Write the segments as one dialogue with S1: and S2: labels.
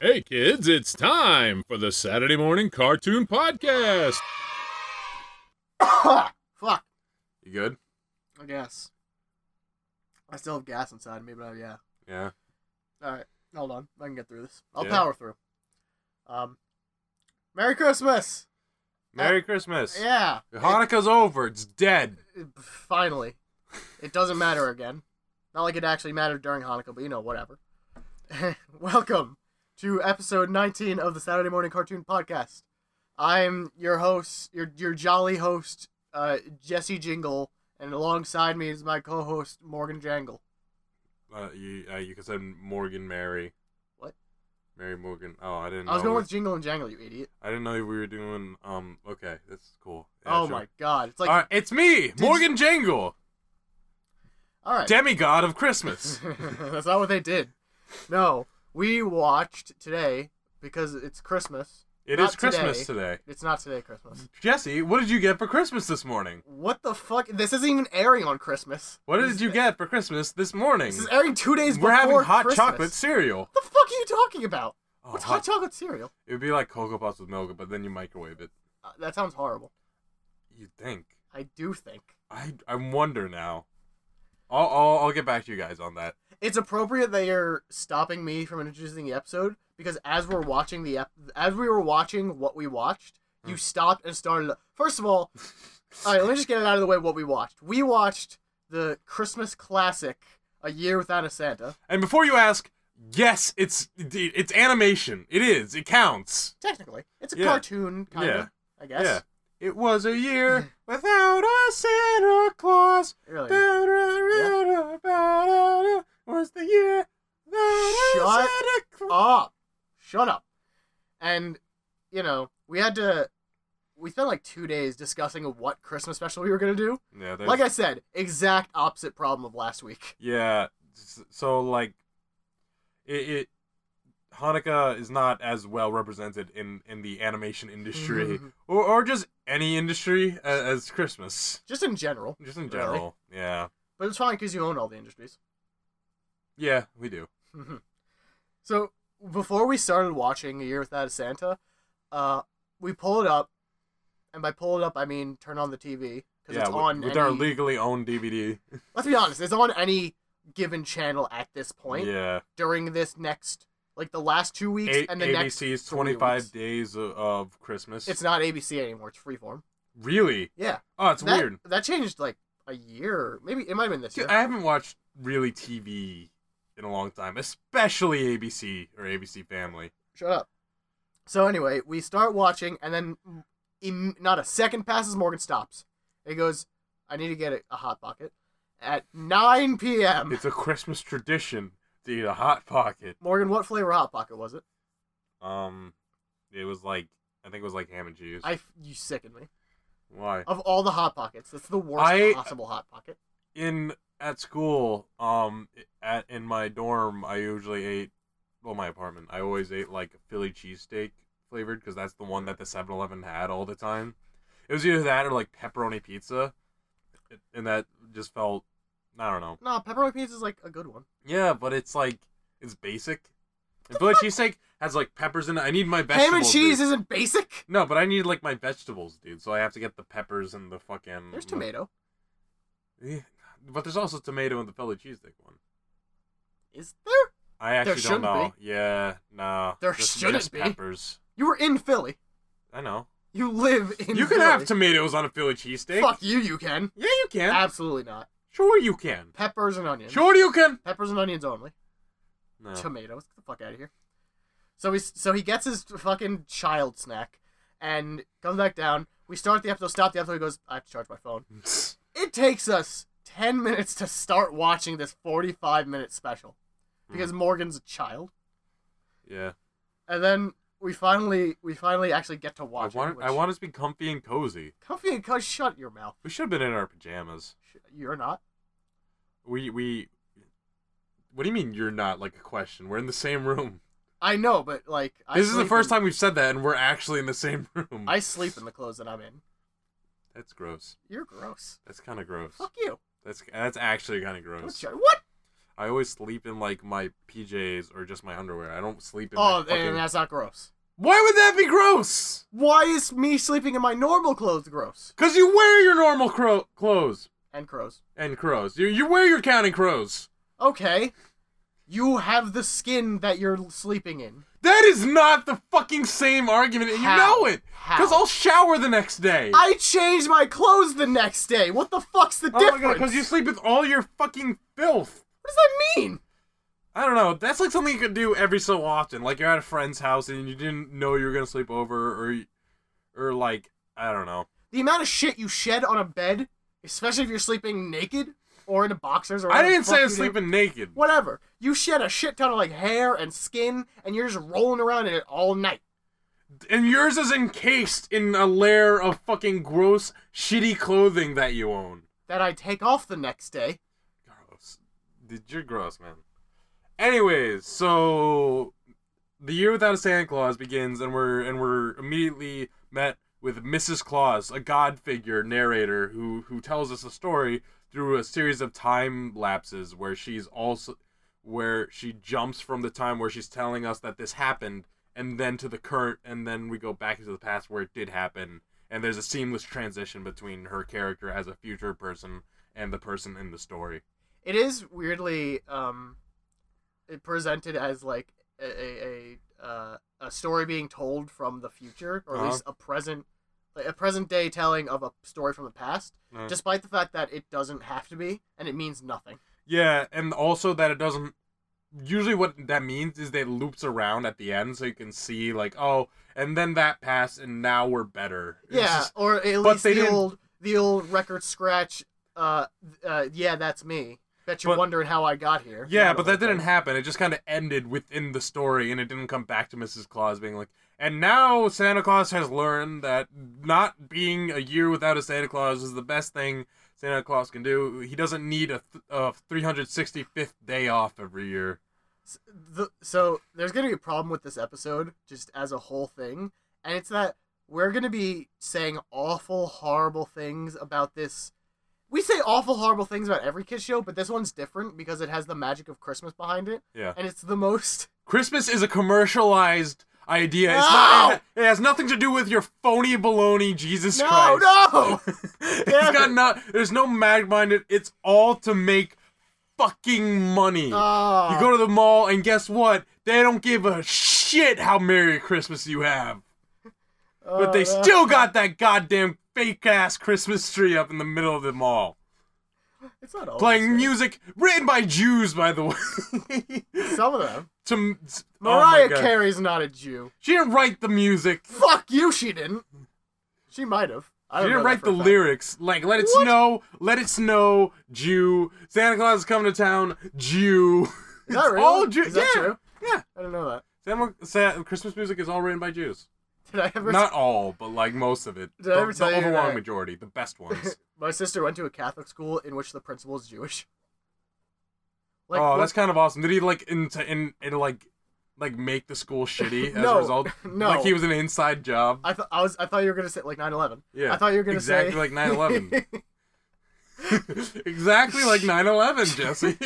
S1: Hey kids, it's time for the Saturday Morning Cartoon Podcast.
S2: Fuck.
S3: You good?
S2: I guess. I still have gas inside me, but uh, yeah.
S3: Yeah.
S2: All right, hold on. I can get through this. I'll
S3: Yeah.
S2: power through. Um, Merry Christmas.
S3: Merry Christmas.
S2: Yeah.
S3: Hanukkah's over. It's dead.
S2: It- finally, it doesn't matter again. Not like it actually mattered during Hanukkah, but you know, whatever. Welcome to episode 19 of the Saturday Morning Cartoon Podcast. I'm your host, your your jolly host, uh, Jesse Jingle, and alongside me is my co-host Morgan Jangle.
S3: Uh, you uh, you can send Morgan Mary.
S2: What?
S3: Mary Morgan. Oh, I didn't.
S2: I was
S3: know
S2: going
S3: we-
S2: with Jingle and Jangle, you idiot.
S3: I didn't know we were doing. Um. Okay, that's cool.
S2: oh my god, it's like
S3: Like, it's me,
S2: you-
S3: Morgan Jangle,
S2: all right.
S3: demigod of Christmas.
S2: That's not what they did. No, we watched today because it's Christmas.
S3: It
S2: Not
S3: is Christmas today.
S2: It's not today Christmas.
S3: Jesse, what did you get for Christmas this morning?
S2: What the fuck? This isn't even airing on Christmas.
S3: What
S2: This
S3: did you
S2: is-
S3: get for Christmas this morning?
S2: This is airing two days
S3: We're having
S2: before
S3: hot
S2: Christmas.
S3: chocolate cereal.
S2: What the fuck are you talking about?
S3: Oh,
S2: What's hot
S3: hot-
S2: chocolate cereal?
S3: it would be like Cocoa Puffs with milk, but then you microwave it.
S2: Uh, that sounds horrible.
S3: You think?
S2: I do think
S3: I I wonder now. I'll, I'll I'll get back to you guys on that.
S2: it's appropriate that you're stopping me from introducing the episode because as we're watching the ep- as we were watching what we watched, you
S3: Hmm.
S2: stopped and started. First of all, all right, let me just get it out of the way. What we watched, we watched the Christmas classic, A Year Without a Santa.
S3: And before you ask, yes, it's it's animation. It is. It counts.
S2: Technically, it's a
S3: Yeah.
S2: cartoon kind of, I guess.
S3: Yeah. It was a year
S2: Mm-hmm.
S3: without a Santa Claus.
S2: It really is.
S3: Da-da-da-da-da-da. Was the year without a
S2: Shut
S3: Santa Claus?
S2: up. Ah, Shut up. And, you know, we had to. We spent like two days discussing what Christmas special we were going to do.
S3: Yeah, there's-
S2: Like I said, exact opposite problem of last week.
S3: yeah. s- So like, it, it Hanukkah is not as well represented in in the animation industry
S2: Mhm.
S3: or or just any industry as, as Christmas.
S2: Just in general.
S3: Just in
S2: Really?
S3: general. Yeah.
S2: But it's fine because you own all the industries.
S3: Yeah, we do.
S2: Mhm. so before we started watching A Year Without a Santa, uh, we pull it up, and by pull it up I mean turn on the TV because
S3: Yeah,
S2: it's
S3: wi-
S2: on.
S3: with
S2: any,
S3: our legally owned DVD.
S2: Let's be honest, it's on any given channel at this point
S3: Yeah,
S2: during this next, like the last two weeks
S3: A-
S2: and the next.
S3: ABC's
S2: three
S3: Twenty Five
S2: weeks.
S3: Days of, of Christmas.
S2: It's not ABC anymore. It's Freeform.
S3: really.
S2: Yeah,
S3: Oh, it's
S2: that,
S3: weird.
S2: That changed like a year, maybe it might have been this
S3: Dude,
S2: year.
S3: I haven't watched really TV in a long time, especially ABC or ABC Family.
S2: Shut up. So anyway, we start watching, and then Im- not a second passes. Morgan stops. He goes, "I need to get a, a hot pocket." At 9 p.m.
S3: It's a Christmas tradition to eat a hot pocket.
S2: Morgan, what flavor hot pocket was it?
S3: Um, it was like I think it was like ham and cheese.
S2: I Oh. you sicken me.
S3: Why?
S2: Of all the hot pockets, that's the worst
S3: I-
S2: possible hot pocket.
S3: in at school, um, at in my dorm, I usually ate, well, my apartment, I always ate like Philly cheesesteak flavored because that's the one that the 7-Eleven had all the time. It was either that or like pepperoni pizza, It- and that just felt, I don't know.
S2: No, pepperoni pizza is like a good one.
S3: Yeah, but it's like it's basic. And Philly cheesesteak has like peppers in it. I need my vegetables.
S2: Ham and cheese
S3: dude.
S2: isn't basic.
S3: No, but I need like my vegetables, dude. So I have to get the peppers and the fucking.
S2: There's tomato.
S3: Yeah, But there's also tomato in the Philly cheesesteak one.
S2: Is there?
S3: I actually
S2: shouldn't
S3: don't know. Yeah, no.
S2: There
S3: Just-
S2: shouldn't
S3: just
S2: be.
S3: peppers.
S2: You were in Philly.
S3: I know.
S2: You live in.
S3: you can
S2: Philly.
S3: have tomatoes on a Philly cheesesteak.
S2: Fuck Ah. you. You can.
S3: Yeah, you can.
S2: Absolutely not.
S3: sure, you can.
S2: Peppers and onions.
S3: Sure, you can.
S2: Peppers and onions only.
S3: No.
S2: tomatoes. Get the fuck out of here. So he so he gets his fucking child snack and comes back down. We start the episode, stop the episode. He goes, I have to charge my phone. It takes us ten minutes to start watching this forty-five minute special because
S3: Mm-hmm.
S2: Morgan's a child,
S3: yeah.
S2: and then we finally we finally actually get to watch.
S3: I want.
S2: it, which-
S3: I want us to be comfy and cozy.
S2: Comfy and cuss. Shut your mouth.
S3: We should have been in our pajamas.
S2: Sh- You're not.
S3: We we. What do you mean you're not like a question? We're in the same room.
S2: I know, but like I
S3: this is the
S2: sleep
S3: first
S2: in-
S3: time we've said that, and we're actually in the same room.
S2: I sleep in the clothes that I'm in.
S3: That's gross.
S2: You're gross.
S3: That's kind of gross.
S2: Fuck you.
S3: That's that's actually kind of
S2: Don't
S3: gross.
S2: ch- What?
S3: I always sleep in like my PJs or just my underwear. I don't sleep in.
S2: Oh,
S3: my fucking...
S2: and that's not gross.
S3: Why would that be gross?
S2: Why is me sleeping in my normal clothes gross?
S3: Cause you wear your normal cro- clothes
S2: And crows.
S3: and crows. You you wear your counting crows.
S2: Okay. You have the skin that you're sleeping in.
S3: That is not the fucking same argument. and You
S2: How?
S3: know it. Cause
S2: How?
S3: I'll shower the next day.
S2: I change my clothes the next day. What the fuck's the
S3: oh
S2: difference?
S3: my god, cause you sleep with all your fucking filth.
S2: What does that mean?
S3: I don't know. That's like something you could do every so often. Like you're at a friend's house and you didn't know you were gonna sleep over, or, you- or like I don't know.
S2: The amount of shit you shed on a bed, especially if you're sleeping naked or in a boxers or
S3: I
S2: whatever
S3: didn't
S2: the
S3: say
S2: fuck
S3: I was
S2: you do.
S3: sleeping naked.
S2: Whatever. You shed a shit ton of like hair and skin, and you're just rolling around in it all night.
S3: And yours is encased in a layer of fucking gross, shitty clothing that you own.
S2: That I take off the next day.
S3: Gross. Dude, you're gross, man. Anyways, so the year without a Santa Claus begins, and we're and we're immediately met with Mrs. Claus, a god figure narrator who who tells us a story through a series of time lapses where she's also where she jumps from the time where she's telling us that this happened and then to the current and then we go back into the past where it did happen and there's a seamless transition between her character as a future person and the person in the story.
S2: It is weirdly um, it presented as like a a, a, uh, a story being told from the future, or at
S3: Uh-huh.
S2: least a present like a present day telling of a story from the past,
S3: Uh.
S2: despite the fact that it doesn't have to be and it means nothing.
S3: Yeah, and also that it doesn't. Usually, what that means is that it loops around at the end, so you can see like, oh, and then that passed, and now we're better. It's
S2: Yeah,
S3: just-
S2: or at
S3: but
S2: least
S3: they
S2: the
S3: didn't-
S2: old the old record scratch. Uh, uh, yeah, that's me. Bet you're
S3: But-
S2: wondering how I got here.
S3: yeah,
S2: Kind
S3: but
S2: of
S3: that
S2: thing.
S3: didn't happen. It just kind of ended within the story, and it didn't come back to Mrs. Claus being like, and now Santa Claus has learned that not being a year without a Santa Claus is the best thing Santa Claus can do. He doesn't need a, th- a 365th day off every year.
S2: S- the, so there's gonna be a problem with this episode just as a whole thing, and it's that we're gonna be saying awful, horrible things about this. We say awful, horrible things about every kids show, but this one's different because it has the magic of Christmas behind it,
S3: Yeah.
S2: and it's the most.
S3: Christmas is a commercialized idea. It's not. It has nothing to do with your phony baloney Jesus
S2: No,
S3: Christ.
S2: no.
S3: it's got not. There's no mag mind. it- It's all to make fucking money.
S2: Ah.
S3: you go to the mall and guess what? They don't give a shit how merry Christmas you have, but they
S2: Oh, that-
S3: still got that goddamn fake ass Christmas tree up in the middle of the mall.
S2: Oh, It's not always
S3: Playing
S2: fake.
S3: music written by Jews, by the way.
S2: Some of them.
S3: to,
S2: Mariah
S3: oh my God.
S2: Carey's not a Jew.
S3: She didn't write the music.
S2: Fuck you, she didn't. She might have. I
S3: She
S2: don't
S3: didn't
S2: know that
S3: write
S2: for
S3: the
S2: a fact.
S3: lyrics. Like, let it
S2: What?
S3: snow, let it snow, Jew. Santa Claus is coming to town, Jew.
S2: Is that
S3: It's
S2: real?
S3: all Jew-
S2: Is that
S3: yeah.
S2: true?
S3: Yeah.
S2: I don't know that.
S3: Santa, Sa- Christmas music is all written by Jews.
S2: Did I ever?
S3: Not all, but like most of it.
S2: Did I
S3: the
S2: ever
S3: the
S2: tell you
S3: overwhelming
S2: that-
S3: majority, the best ones.
S2: My sister went to a Catholic school in which the principal is Jewish.
S3: oh,
S2: what-
S3: that's kind of awesome. Did he like into in, in like like make the school shitty as
S2: No,
S3: a result?
S2: no.
S3: Like he was an inside job.
S2: I thought I was. I thought you were gonna say like 9/11.
S3: Yeah,
S2: I thought you were gonna
S3: exactly
S2: say
S3: like 9/11. exactly like 9/11, Jesse.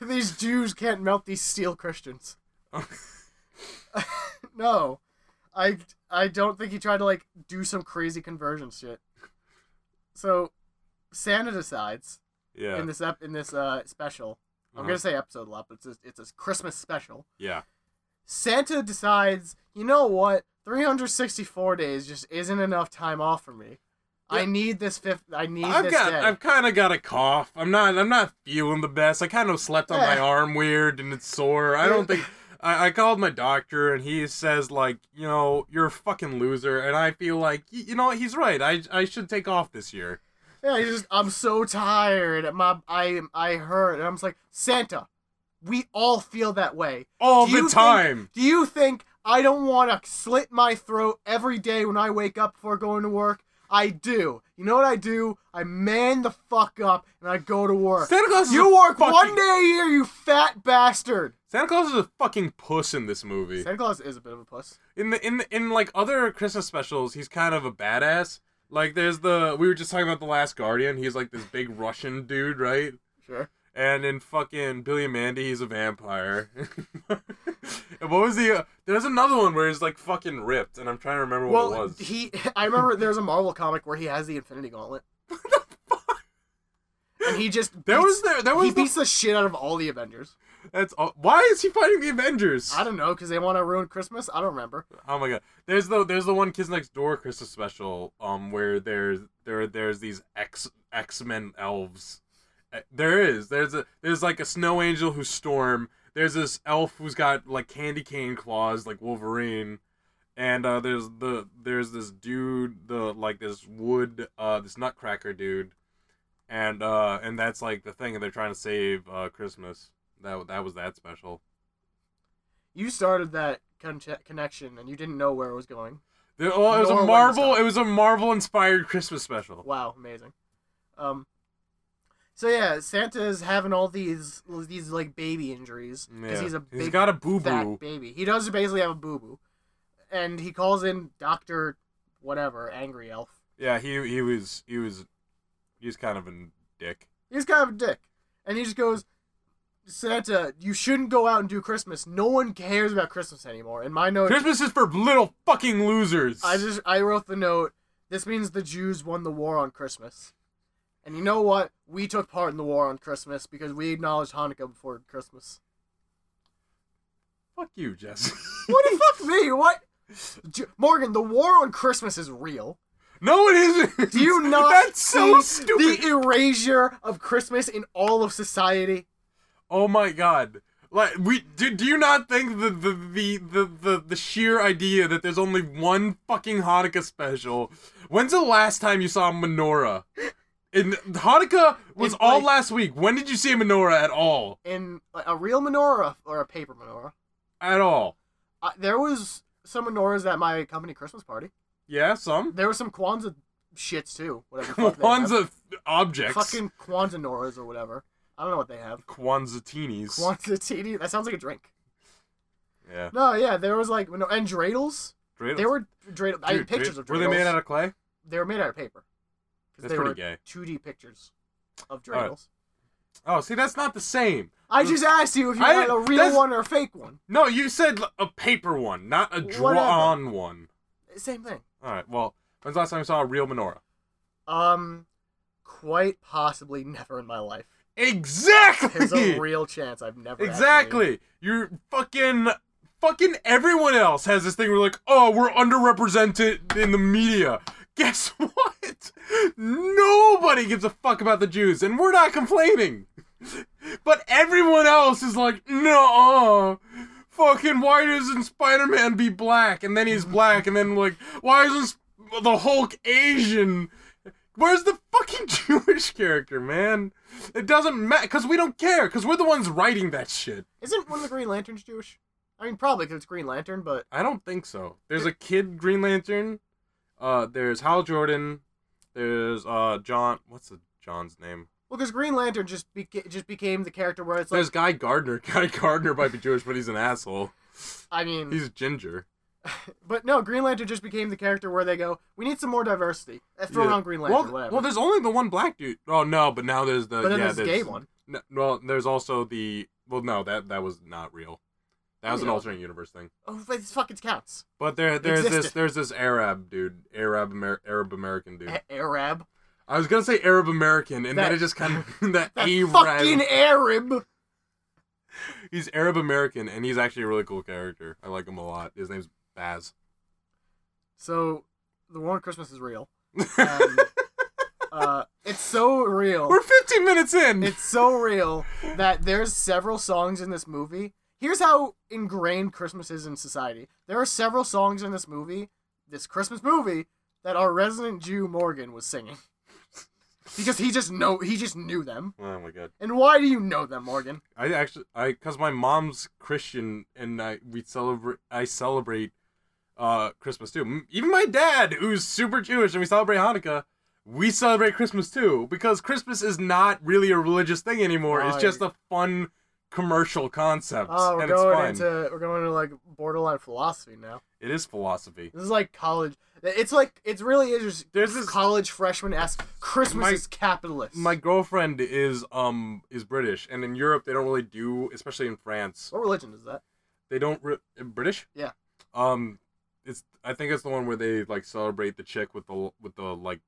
S2: These Jews can't melt these steel Christians. no, I I don't think he tried to like do some crazy conversion shit. So Santa decides
S3: yeah.
S2: in this ep- in this uh special. I'm
S3: Uh-huh.
S2: gonna say episode a lot, but it's a, it's a Christmas special.
S3: yeah.
S2: Santa decides, you know what? 364 days just isn't enough time off for me. I
S3: Yeah.
S2: need this fifth. I need
S3: I've
S2: this
S3: got
S2: day.
S3: I've kind of got a cough. I'm not I'm not feeling the best. I kind of slept on my
S2: Yeah.
S3: arm weird and it's sore. I don't think I, I called my doctor and he says like you know you're a fucking loser and I feel like y- you know what, he's right. I I should take off this year.
S2: Yeah, he's just I'm so tired. My I I hurt. And I'm just like, Santa, we all feel that way.
S3: All
S2: Do
S3: the
S2: you think-
S3: time.
S2: Do you think I don't want to slit my throat every day when I wake up before going to work? I do. You know what I do? I man the fuck up and I go to work.
S3: Santa Claus is
S2: you
S3: a
S2: work
S3: fucking,
S2: one day a year, you fat bastard.
S3: Santa Claus is a fucking puss in this movie.
S2: Santa Claus is a bit of a puss.
S3: in the in the, in like other Christmas specials, he's kind of a badass. Like there's the we were just talking about the Last Guardian. He's like this big Russian dude, right?
S2: Sure.
S3: And in fucking Billy and Mandy, he's a vampire. and what was the? Uh, there's another one where he's like fucking ripped, and I'm trying to remember what it
S2: well,
S3: was.
S2: he. I remember there was a Marvel comic where he has the Infinity Gauntlet. And he just
S3: There
S2: beats-
S3: was there. There
S2: he
S3: was. The,
S2: beats the shit out of all the Avengers.
S3: that's all, why is he fighting the Avengers?
S2: I don't know because they want to ruin Christmas. I don't remember.
S3: Oh my god. There's the there's the one Kids Next Door Christmas special, um, where there's there there's these X X Men elves. Eh, There is. There's a there's like a snow angel who's storm. There's this elf who's got like candy cane claws like Wolverine. And uh, there's the there's this dude, the like this wood uh this nutcracker dude. And uh and that's like the thing and they're trying to save uh Christmas. That that was that special.
S2: You started that con- connection and you didn't know where it was going.
S3: There, well, it was
S2: Norway
S3: a Marvel.
S2: stuff.
S3: It was a Marvel inspired Christmas special.
S2: Wow, amazing. Um, so yeah, Santa's having all these these like baby injuries because he's a big
S3: he's got a boo
S2: fat
S3: boo.
S2: baby. He does basically have a boo boo, and he calls in Doctor whatever angry elf.
S3: Yeah, he he was he was he was kind of a dick.
S2: He's kind of a dick, and he just goes, Santa, you shouldn't go out and do Christmas. No one cares about Christmas anymore. And my note,
S3: Christmas is for little fucking losers.
S2: I just I wrote the note. This means the Jews won the war on Christmas. And you know what? We took part in the war on Christmas because we acknowledged Hanukkah before Christmas.
S3: fuck you, Jess.
S2: What the fuck me? What? J- Morgan, the war on Christmas is real.
S3: no, it isn't.
S2: Do you not
S3: That's
S2: see
S3: so stupid.
S2: the erasure of Christmas in all of society?
S3: oh my god. Like we do, do you not think the the, the the the the sheer idea that there's only one fucking Hanukkah special? When's the last time you saw a menorah? And Hanukkah was
S2: It's
S3: all
S2: like-
S3: last week. When did you see a menorah at all?
S2: In like, a real menorah or a paper menorah?
S3: At all?
S2: Uh, there was some menorahs at my company Christmas party.
S3: Yeah, some.
S2: There were some Kwanzaa shits too. Whatever. the fuck they have.
S3: Kwanzaa objects.
S2: fucking Kwanzaa Noras or whatever. I don't know what they have.
S3: Kwanzatinis.
S2: Kwanzaa TD. That sounds like a drink.
S3: yeah.
S2: No, yeah, there was like no and dreidels.
S3: Dreidels.
S2: They were dreidel. I had
S3: Dude,
S2: pictures
S3: dra-
S2: of dreidels.
S3: Were they made out of clay?
S2: They were made out of paper. 'Cause
S3: That's
S2: they
S3: pretty
S2: were
S3: gay.
S2: 2D pictures of
S3: Alright.
S2: dreidels.
S3: Oh, see, that's not the same.
S2: I just asked you if you
S3: I-
S2: wanted a real
S3: that's-
S2: one or a fake one.
S3: No, you said l- a paper one, not a
S2: Whatever.
S3: drawn one.
S2: Same thing.
S3: All right. Well, when's the last time you saw a real menorah?
S2: Um, quite possibly never in my life. There's a
S3: Exactly.
S2: real chance I've never. actually-
S3: exactly. You're fucking. Fucking everyone else has this thing where like, oh, we're underrepresented in the media. Guess what? Nobody gives a fuck about the Jews, and we're not complaining. But everyone else is like, no, fucking, why doesn't Spider Man be black? And then he's black, and then, like, why isn't Sp- the Hulk Asian? Where's the fucking Jewish character, man? It doesn't matter, because we don't care, because we're the ones writing that shit.
S2: Isn't one of the Green Lanterns Jewish? I mean, probably because it's Green Lantern, but
S3: I don't think so. There's a kid Green Lantern. Uh, there's Hal Jordan. There's uh John. What's the John's name?
S2: well, because Green Lantern just beca- just became the character where it's like,
S3: There's Guy Gardner. Guy Gardner might be Jewish, but he's an asshole.
S2: I mean,
S3: He's ginger.
S2: But no, Green Lantern just became the character where they go, we need some more diversity. Uh, Throw
S3: Yeah.
S2: on Green Lantern,
S3: well,
S2: whatever.
S3: well, there's only the one black dude. Oh no, but now there's the
S2: but then
S3: yeah,
S2: there's a gay one.
S3: No, well, there's also the well, no, that that was not real. That was an
S2: Yeah.
S3: alternate universe thing.
S2: Oh, but this fucking counts.
S3: But there, there's this,
S2: existed.
S3: there's this Arab dude, Arab Amer- Arab American dude.
S2: A- Arab.
S3: I was gonna say Arab American, and
S2: Eh. That-
S3: then it just kind of that,
S2: That
S3: Arab.
S2: fucking Arab.
S3: He's Arab American, and he's actually a really cool character. I like him a lot. His name's Baz.
S2: So, the War on Christmas is real. Um, uh, it's so real.
S3: We're 15 minutes in.
S2: It's so real that there's several songs in this movie. Here's how ingrained Christmas is in society. There are several songs in this movie, this Christmas movie, that our resident Jew Morgan was singing. Because he just know he just knew them.
S3: oh my god!
S2: And why do you know them, Morgan?
S3: I actually, I because my mom's Christian, and I we celebrate. I celebrate uh Christmas too. M- Even my dad, who's super Jewish, and we celebrate Hanukkah. We celebrate Christmas too because Christmas is not really a religious thing anymore. It's
S2: Right.
S3: just a fun commercial concept,
S2: Oh, we're
S3: and it's
S2: going
S3: fun.
S2: into we're going into like borderline philosophy now.
S3: It is philosophy.
S2: This is like college. It's like it really is just
S3: There's this-
S2: college freshman esque Christmas
S3: My-
S2: is capitalist.
S3: My girlfriend is um is British, and in Europe they don't really do, especially in France,
S2: what religion is that?
S3: they don't re- British.
S2: Yeah.
S3: Um, it's I think it's the one where they like celebrate the chick with the with the like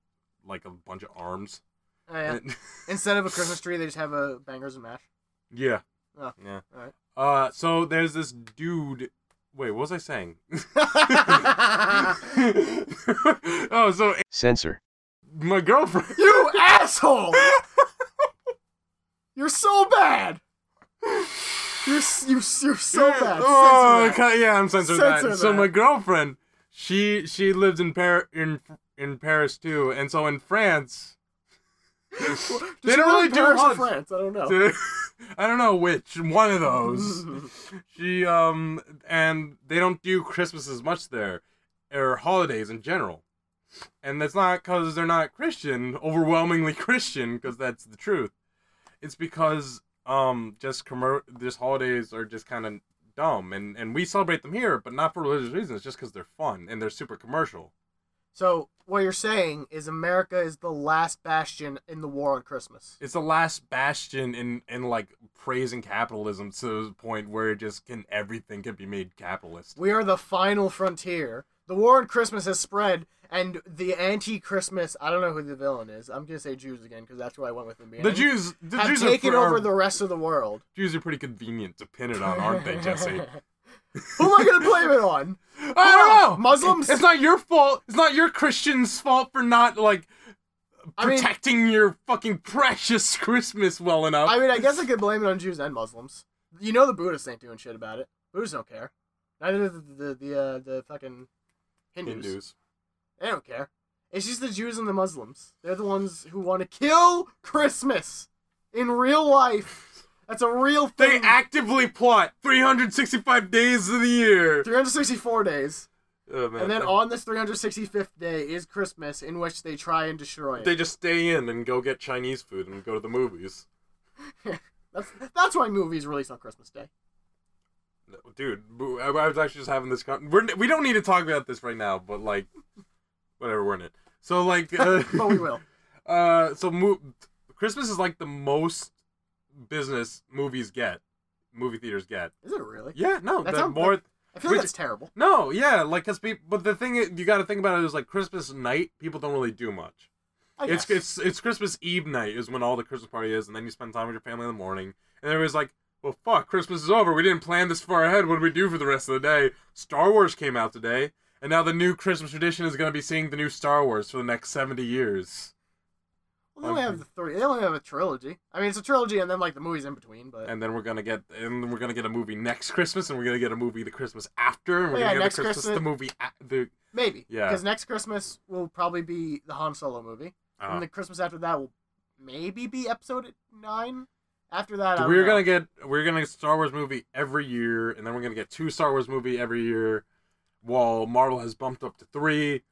S3: like a bunch of arms.
S2: Oh, yeah.
S3: And-
S2: Instead of a Christmas tree, they just have a bangers and mash.
S3: yeah.
S2: Oh,
S3: yeah.
S2: alright.
S3: Uh, so there's this dude. Wait, what was I saying? oh, so
S4: Censor.
S3: my girlfriend.
S2: you asshole! You're so bad. You're s- you s- you're so
S3: Yeah,
S2: bad.
S3: Oh,
S2: Censor that.
S3: okay, yeah, I'm censored
S2: Censor
S3: that. So
S2: that.
S3: my girlfriend, she she lives in Paris in in Paris too, and so in France,
S2: Did
S3: They
S2: you
S3: don't
S2: live
S3: really
S2: in
S3: do
S2: Paris or
S3: hugs.
S2: France. I don't know.
S3: I don't know which one of those. she um and they don't do Christmas as much there, or holidays in general, and that's not because they're not Christian, overwhelmingly Christian, because that's the truth. It's because um just commer- just holidays are just kind of dumb, and and we celebrate them here, but not for religious reasons, just because they're fun and they're super commercial.
S2: So what you're saying is America is the last bastion in the war on Christmas.
S3: It's the last bastion in in like praising capitalism to the point where it just can everything can be made capitalist.
S2: We are the final frontier. The war on Christmas has spread, and the anti-Christmas. I don't know who the villain is. I'm gonna say Jews again because that's who I went with in the
S3: The
S2: beginning.
S3: Jews, the
S2: have
S3: Jews are
S2: taken
S3: fr- are-
S2: over the rest of the world.
S3: Jews are pretty convenient to pin it on, aren't they, Jesse?
S2: Who am I gonna blame it on?
S3: I don't know.
S2: Muslims?
S3: It's not your fault. It's not your Christians' fault for not like
S2: I mean-
S3: protecting your fucking precious Christmas well enough.
S2: I mean, I guess I could blame it on Jews and Muslims. You know the Buddhists ain't doing shit about it. Buddhists don't care. Neither do the the the, uh, the fucking Hindus.
S3: Hindus.
S2: They don't care. It's just the Jews and the Muslims. They're the ones who want to kill Christmas in real life. That's a real
S3: They
S2: thing.
S3: actively plot 365 days of the year.
S2: 364 days,
S3: Oh, man.
S2: and then on this 365th day is Christmas, in which they try and destroy it.
S3: they just stay in and go get Chinese food and go to the movies.
S2: That's that's why movies release on Christmas Day.
S3: Dude, boo- I I was actually just having this. Con- we're, we don't need to talk about this right now, but like, whatever, we're in it. So like, uh,
S2: But we will.
S3: Uh, so mo- Christmas is like the most business movies get, movie theaters get.
S2: Is it really?
S3: Yeah, no,
S2: That
S3: that
S2: sounds-
S3: more.
S2: I feel like
S3: Which-
S2: that's terrible.
S3: No, yeah, like cause people. But the thing is, you got to think about it is like Christmas night, people don't really do much.
S2: I
S3: It's it's
S2: guess.
S3: it's Christmas Eve night is when all the Christmas party is, and then you spend time with your family in the morning, and everybody's like. Well, fuck! Christmas is over. We didn't plan this far ahead. What do we do for the rest of the day? Star Wars came out today, and now the new Christmas tradition is gonna be seeing the new Star Wars for the next seventy years.
S2: Well, they only have the three. They only have a trilogy. I mean, it's a trilogy, and then like the movies in between. But
S3: and then we're gonna get and we're gonna get a movie next Christmas, and we're gonna get a movie the Christmas after, and we're
S2: Oh, yeah,
S3: gonna get
S2: next
S3: the Christmas,
S2: Christmas.
S3: the movie a- the
S2: maybe
S3: Yeah.
S2: because next Christmas will probably be the Han Solo movie,
S3: uh,
S2: and the Christmas after that will maybe be Episode nine. After that, I don't
S3: we're
S2: know.
S3: gonna get we're gonna get Star Wars movie every year, and then we're gonna get two Star Wars movie every year, while Marvel has bumped up to three,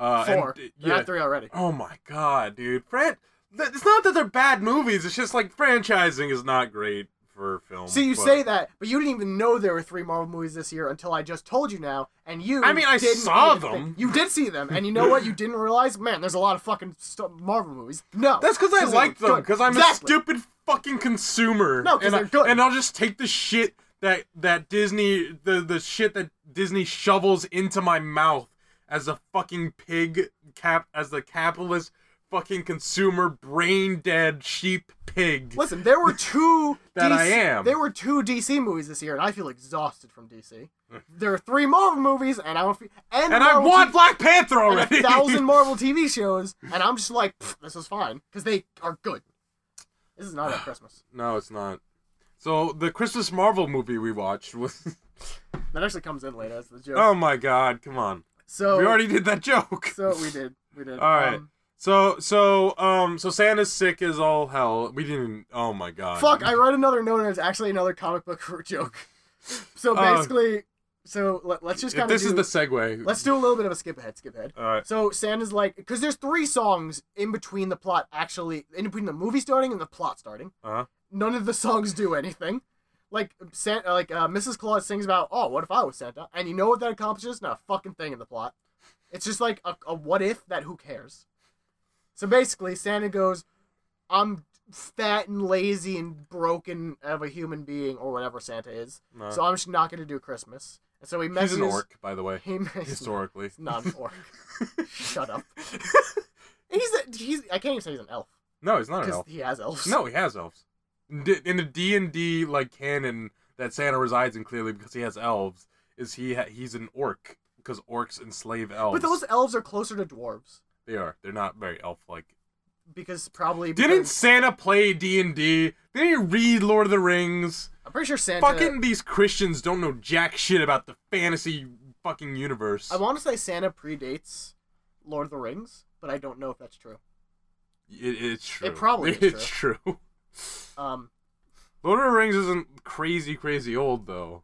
S3: uh, and-
S2: four. They're
S3: yeah.
S2: at three already.
S3: Oh my god, dude, Fran. th- It's not that they're bad movies. It's just like franchising is not great for film.
S2: See, you
S3: Oh, but-
S2: say that, but you didn't even know there were three Marvel movies this year until I just told you now, and you.
S3: I mean, I
S2: didn't
S3: saw
S2: even think-
S3: them.
S2: You did see them, and you know what? You didn't realize, man. There's a lot of fucking st- Marvel movies. No,
S3: That's because I
S2: they
S3: like
S2: were
S3: them.
S2: good.
S3: Because I'm
S2: Exactly.
S3: a stupid fucking consumer.
S2: No, 'cause
S3: and I-
S2: they're good.
S3: And I'll just take the shit that that Disney the the shit that Disney shovels into my mouth as a fucking pig cap as the capitalist fucking consumer brain dead sheep pig.
S2: Listen, there were two
S3: That
S2: DC
S3: I am.
S2: There were two DC movies this year, and I feel exhausted from DC. There are three Marvel movies, and I don't feel and,
S3: And I
S2: Marvel
S3: want
S2: T-
S3: Black Panther
S2: and
S3: already.
S2: a thousand Marvel TV shows, and I'm just like, "Pfft, this is fine because they are good. This is not at Christmas.
S3: no, it's not. So the Christmas Marvel movie we watched was
S2: That actually comes in later. That's the joke.
S3: Oh my god, come on.
S2: so
S3: we already did that joke.
S2: so we did we did.
S3: All right.
S2: Um,
S3: So so um so Santa's sick as all hell. We didn't. Oh my god.
S2: Fuck! I read another note, and it's actually another comic book joke. So
S3: Oh.
S2: basically, so let, us just
S3: If
S2: kind of
S3: this is the segue.
S2: let's do a little bit of a skip ahead, skip ahead.
S3: All right.
S2: So Santa's like, because there's three songs in between the plot, actually, in between the movie starting and the plot starting.
S3: Uh-huh.
S2: None of the songs do anything. Like Santa, like uh, Mrs. Claus sings about, oh, what if I was Santa? And you know what that accomplishes? Not a fucking thing in the plot. It's just like a, a what if that who cares. So basically, Santa goes, I'm fat and lazy and broken of a human being or whatever Santa is.
S3: No.
S2: So I'm just not going to do Christmas. And so he
S3: Uh-huh. He's
S2: messes.
S3: an orc, by the way.
S2: He messes,
S3: Historically.
S2: not an orc. Shut up. He's a, he's. I can't even say he's an elf
S3: No, he's not an
S2: because
S3: elf.
S2: he has elves.
S3: No, he has elves. D- In the D and D like canon that Santa resides in clearly because he has elves, is he ha- he's an orc because orcs enslave elves.
S2: but those elves are closer to dwarves
S3: they are. They're not very elf like.
S2: because probably
S3: Didn't
S2: because-
S3: Santa play D and D? Didn't he read Lord of the Rings?
S2: I'm pretty sure Santa.
S3: Fucking these Christians don't know jack shit about the fantasy fucking universe.
S2: I want to say Santa predates Lord of the Rings, but I don't know if that's true.
S3: It, it's true.
S2: probably is
S3: it's true.
S2: Um,
S3: Lord of the Rings isn't crazy crazy old though.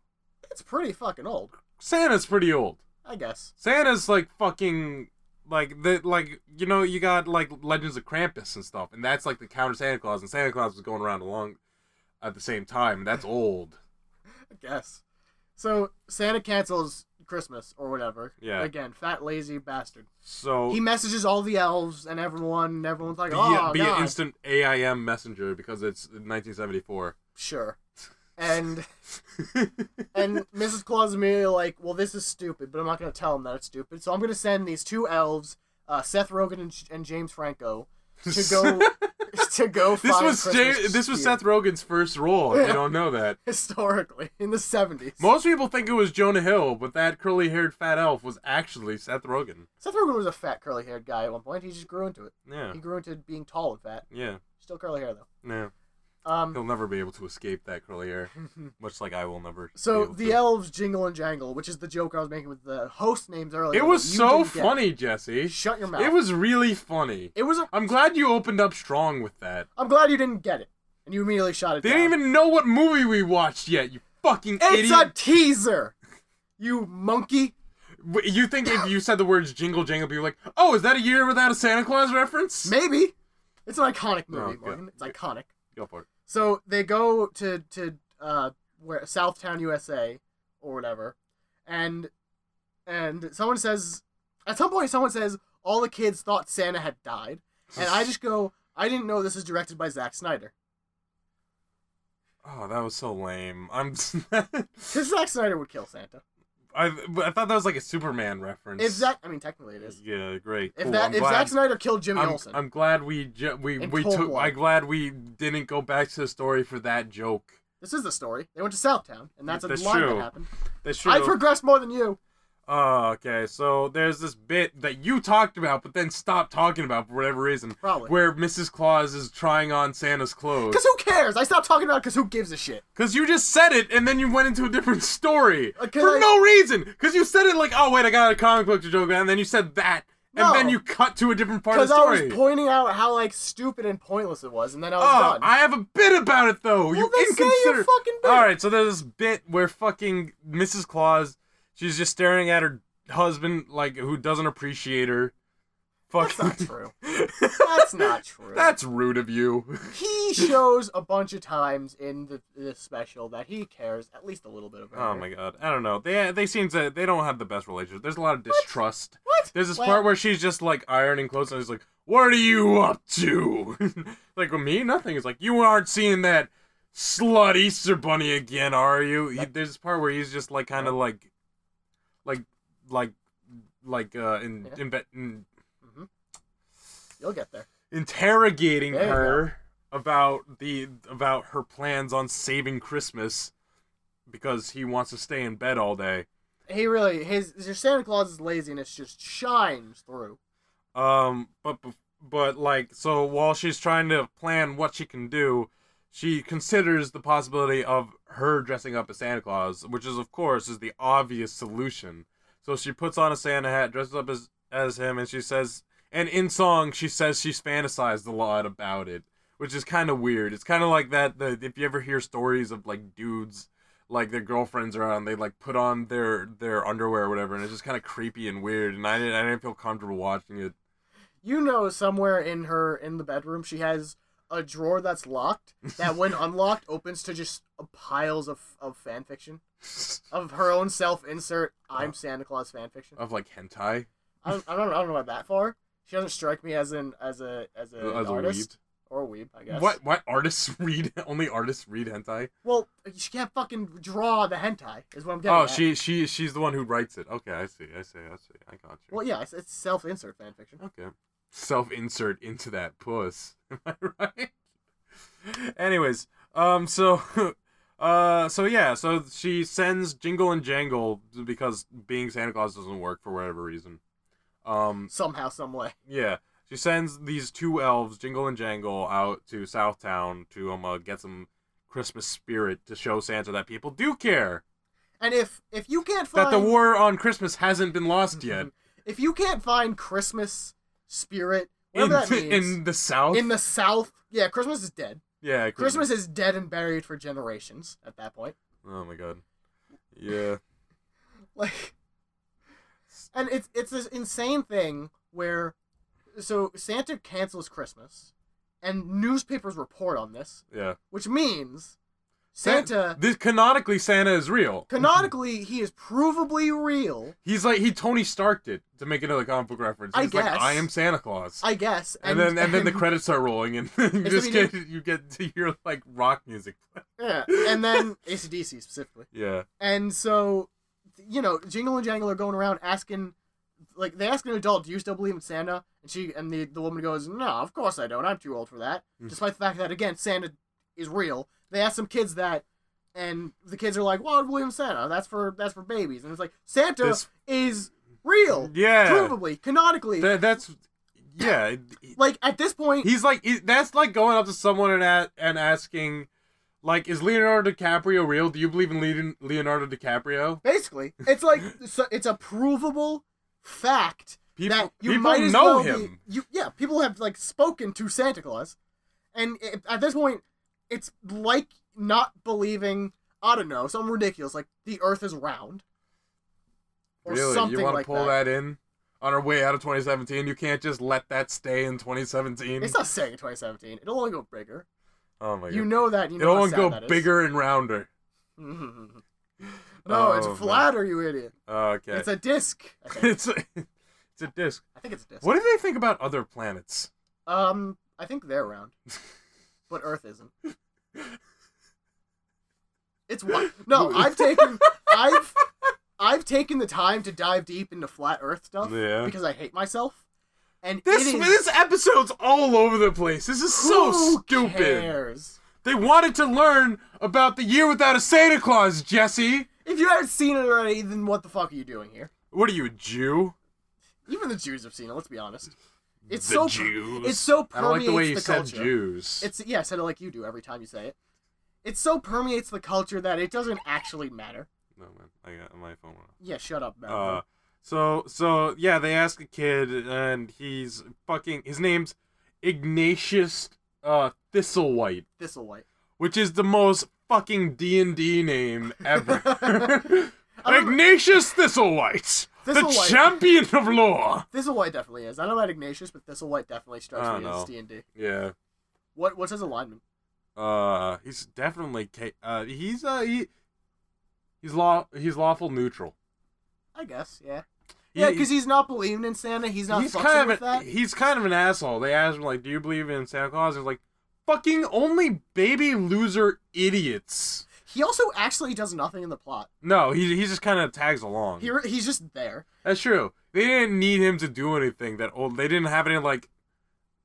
S2: it's pretty fucking old,
S3: Santa's pretty old.
S2: I guess.
S3: Santa's like fucking like the like you know you got like Legends of Krampus and stuff, and that's like the counter Santa Claus, and Santa Claus was going around along at the same time. And that's old.
S2: I guess. So Santa cancels Christmas or whatever.
S3: Yeah.
S2: Again, fat lazy bastard.
S3: So
S2: He messages all the elves and everyone. And everyone's like,
S3: be,
S2: oh
S3: be
S2: god,
S3: an instant AIM messenger because it's 1974.
S2: sure. And and Mrs. Claus is immediately like, well, this is stupid, but I'm not gonna tell him that it's stupid. So I'm gonna send these two elves, uh, Seth Rogen and, and James Franco, to go to go.
S3: This
S2: find
S3: was
S2: Christmas
S3: Ja- this was
S2: cheer.
S3: Seth Rogen's first role. If you don't know that.
S2: historically in the 70s.
S3: Most people think it was Jonah Hill, but that curly-haired fat elf was actually Seth Rogen.
S2: Seth Rogen was a fat, curly-haired guy at one point. He just grew into it.
S3: Yeah,
S2: He grew into being tall and fat.
S3: yeah,
S2: Still curly hair though.
S3: yeah.
S2: Um,
S3: He'll never be able to escape that curly hair, much like I will never. be
S2: so
S3: able
S2: the
S3: to.
S2: elves jingle and jangle, which is the joke I was making with the host names earlier.
S3: It was
S2: that you
S3: so
S2: didn't get.
S3: funny, Jesse.
S2: Shut your mouth.
S3: It was really funny.
S2: It was. A,
S3: I'm glad you opened up strong with that.
S2: I'm glad you didn't get it, and you immediately shot it
S3: They
S2: down.
S3: didn't even know what movie we watched yet. You fucking
S2: It's a
S3: idiot.
S2: teaser. You monkey.
S3: W- you think if you said the words jingle jangle, people were like, oh, is that a year without a Santa Claus reference?
S2: Maybe. It's an iconic
S3: No,
S2: movie,
S3: good.
S2: Morgan. It's
S3: Good.
S2: iconic.
S3: Go for it.
S2: So they go to to uh where Southtown, USA, or whatever, and and someone says at some point someone says all the kids thought Santa had died, and I just go I didn't know this is directed by Zack Snyder
S3: Oh, that was so lame. I'm.
S2: because Zack Snyder would kill Santa
S3: I, I thought that was like a Superman reference.
S2: if Zack I mean technically it is
S3: Yeah, great.
S2: if
S3: cool.
S2: that
S3: I'm
S2: if
S3: glad-
S2: Zack Snyder killed Jimmy
S3: I'm,
S2: Olsen
S3: I'm glad we ju- we
S2: In
S3: we
S2: Cold
S3: took.
S2: War.
S3: I'm glad we didn't go back to the story for that joke.
S2: this is the story they went to Southtown and that's a
S3: That's
S2: line
S3: true.
S2: that happened
S3: That's true.
S2: I progressed more than you
S3: Oh, okay. So there's this bit that you talked about, but then stopped talking about for whatever reason,
S2: probably
S3: where Mrs. Claus is trying on Santa's clothes.
S2: because who cares I stopped talking about because who gives a shit
S3: Because you just said it, and then you went into a different story
S2: Uh, 'cause
S3: for
S2: I-
S3: no reason. Because you said it like, oh wait, I got a comic book to joke about, and then you said that, and
S2: No.
S3: then you cut to a different part of
S2: Because
S3: the
S2: I
S3: story.
S2: was pointing out how like stupid and pointless it was, and then I was
S3: Oh,
S2: done.
S3: I have a bit about it though. you
S2: well, then say
S3: inconsiderate.
S2: your fucking bit.
S3: All right, so there's this bit where fucking Mrs. Claus, she's just staring at her husband like who doesn't appreciate her.
S2: That's
S3: Fucking,
S2: not true. That's not true.
S3: that's rude of you.
S2: He shows a bunch of times in the this special that he cares at least a little bit about.
S3: Oh
S2: her.
S3: my god, I don't know. They they seem to they don't have the best relationship. There's a lot of distrust.
S2: What?
S3: There's this
S2: Well,
S3: part where she's just like ironing clothes, and he's like, "What are you up to?" like with me, nothing. It's like you aren't seeing that slut Easter Bunny again, are you? He- there's this part where he's just like kind of like, like, like, like uh, in,
S2: Yeah.
S3: inve- in,
S2: you'll get there.
S3: interrogating
S2: There you
S3: her about the about her plans on saving Christmas because he wants to stay in bed all day.
S2: He really his, his Santa Claus's laziness just shines through.
S3: Um, but bef- but like so while she's trying to plan what she can do, she considers the possibility of her dressing up as Santa Claus, which is of course is the obvious solution. So she puts on a Santa hat, dresses up as as him, and she says, and in song she says she's fantasized a lot about it, which is kind of weird. It's kind of like that. The if you ever hear stories of like dudes. Like their girlfriends are on, they like put on their their underwear or whatever, and it's just kind of creepy and weird. And I didn't, I didn't feel comfortable watching it.
S2: You know, somewhere in her in the bedroom, she has a drawer that's locked that, when unlocked, opens to just piles of of fan
S3: Oh.
S2: fiction of her own self. Insert I'm Santa Claus fan fiction.
S3: of like hentai.
S2: I don't, I don't, I don't know about that far. She doesn't strike me as an as a as, a, an
S3: As a
S2: artist or a weeb, I guess.
S3: What? What artists read? Only artists read hentai.
S2: Well, she can't fucking draw the hentai. Is what I'm getting.
S3: Oh,
S2: at.
S3: she she she's the one who writes it. Okay, I see, I see, I see. I got you.
S2: Well, yeah, it's, it's self-insert fan fiction.
S3: Okay. Self insert into that puss. Am I right? Anyways, um, so, uh, so yeah, so she sends Jingle and Jangle because being Santa Claus doesn't work for whatever reason. Um,
S2: Somehow, some way.
S3: yeah, she sends these two elves, Jingle and Jangle, out to Southtown to um uh, get some Christmas spirit to show Santa that people do care
S2: And if if you can't
S3: that
S2: find
S3: the war on Christmas hasn't been lost
S2: Mm-hmm.
S3: yet
S2: if you can't find Christmas spirit, whatever that
S3: in,
S2: means,
S3: in the South.
S2: in the South, yeah, Christmas is dead.
S3: yeah,
S2: Christmas is dead and buried for generations at that point.
S3: Oh my god. Yeah.
S2: Like, and it's it's this insane thing where, so Santa cancels Christmas, and newspapers report on this,
S3: Yeah.
S2: which means Santa
S3: This canonically Santa is real.
S2: canonically he is provably real,
S3: He's like he Tony Starked it to make another comic book reference.
S2: I
S3: He's like
S2: guess.
S3: I am Santa Claus.
S2: I guess.
S3: and, then and then the credits start rolling and you
S2: It's
S3: just
S2: gonna
S3: get you get to hear like rock music.
S2: yeah, and then ACDC specifically.
S3: Yeah.
S2: And so, you know, Jingle and Jangle are going around asking, like, they ask an adult, "Do you still believe in Santa?" And she and the the woman goes, "No, of course I don't. I'm too old for that."
S3: Mm.
S2: Despite the fact that again, Santa is real. They ask some kids that, and the kids are like, "Well, I don't believe in Santa. That's for that's for babies." And it's like Santa
S3: This-
S2: is real,
S3: Yeah.
S2: provably, canonically.
S3: Tha- that's yeah.
S2: like at this point,
S3: He's like he- that's like going up to someone and a- and asking like is Leonardo DiCaprio real? Do you believe in Leon- Leonardo DiCaprio?
S2: basically, it's like so it's a provable fact
S3: People
S2: that you
S3: people
S2: might as
S3: know
S2: well be-
S3: him.
S2: you yeah, people have like spoken to Santa Claus, and it, at this point, it's like not believing. I don't know, something ridiculous like the Earth is round, or
S3: really?
S2: something
S3: you want to
S2: like
S3: pull that. in on our way out of 2017? You can't just let that stay in 2017.
S2: It's not saying 2017. It'll only go bigger.
S3: oh my god.
S2: You know that. You know
S3: It'll
S2: how
S3: only
S2: sad
S3: go
S2: that is.
S3: bigger and rounder.
S2: no,
S3: Oh, man.
S2: it's flatter, you idiot.
S3: Oh, Okay.
S2: It's a disc. I think.
S3: it's a, it's a disc.
S2: I think it's a disc.
S3: What do they think about other planets?
S2: Um, I think they're round, but Earth isn't. It's wild. No, I've taken, I've, I've taken the time to dive deep into flat Earth stuff
S3: Yeah.
S2: because I hate myself, and
S3: This
S2: it is,
S3: this episode's all over the place. This is so
S2: who
S3: stupid.
S2: cares?
S3: They wanted to learn about the year without a Santa Claus, Jesse.
S2: If you haven't seen it already, then what the fuck are you doing here?
S3: What are you, a Jew?
S2: Even the Jews have seen it. Let's be honest. It's
S3: The
S2: so
S3: Jews.
S2: it's so
S3: I don't like
S2: permeates
S3: the way you said
S2: culture.
S3: Jews.
S2: It's yeah, I said it like you do every time you say it. It so permeates the culture that it doesn't actually matter.
S3: no man, I got my phone went off.
S2: Yeah, shut up, man.
S3: Uh, so so yeah, they ask a kid, and he's fucking. His name's Ignatius uh, Thistlewhite,
S2: Thistlewhite.
S3: which is the most fucking D and D name ever.
S2: I remember-
S3: Ignatius Thistlewhite, the
S2: Thistlewhite.
S3: champion of lore.
S2: Thistlewhite definitely is. I don't know about Ignatius, but Thistlewhite definitely strikes
S3: I
S2: me
S3: don't
S2: as
S3: know.
S2: D and D.
S3: Yeah.
S2: What what's his alignment?
S3: Uh, he's definitely ca- uh he's uh he he's law he's lawful neutral.
S2: I guess, yeah.
S3: He-
S2: Yeah, because he's not believing in Santa. He's not
S3: he's
S2: fucking
S3: kind of
S2: with
S3: an,
S2: that.
S3: he's kind of an asshole. They asked him like, "Do you believe in Santa Claus?" He's like, "Fucking only baby loser idiots."
S2: He also actually does nothing in the plot.
S3: No, he he just kind of tags along.
S2: He, re- he's just there.
S3: That's true. They didn't need him to do anything. That old. They didn't have any like.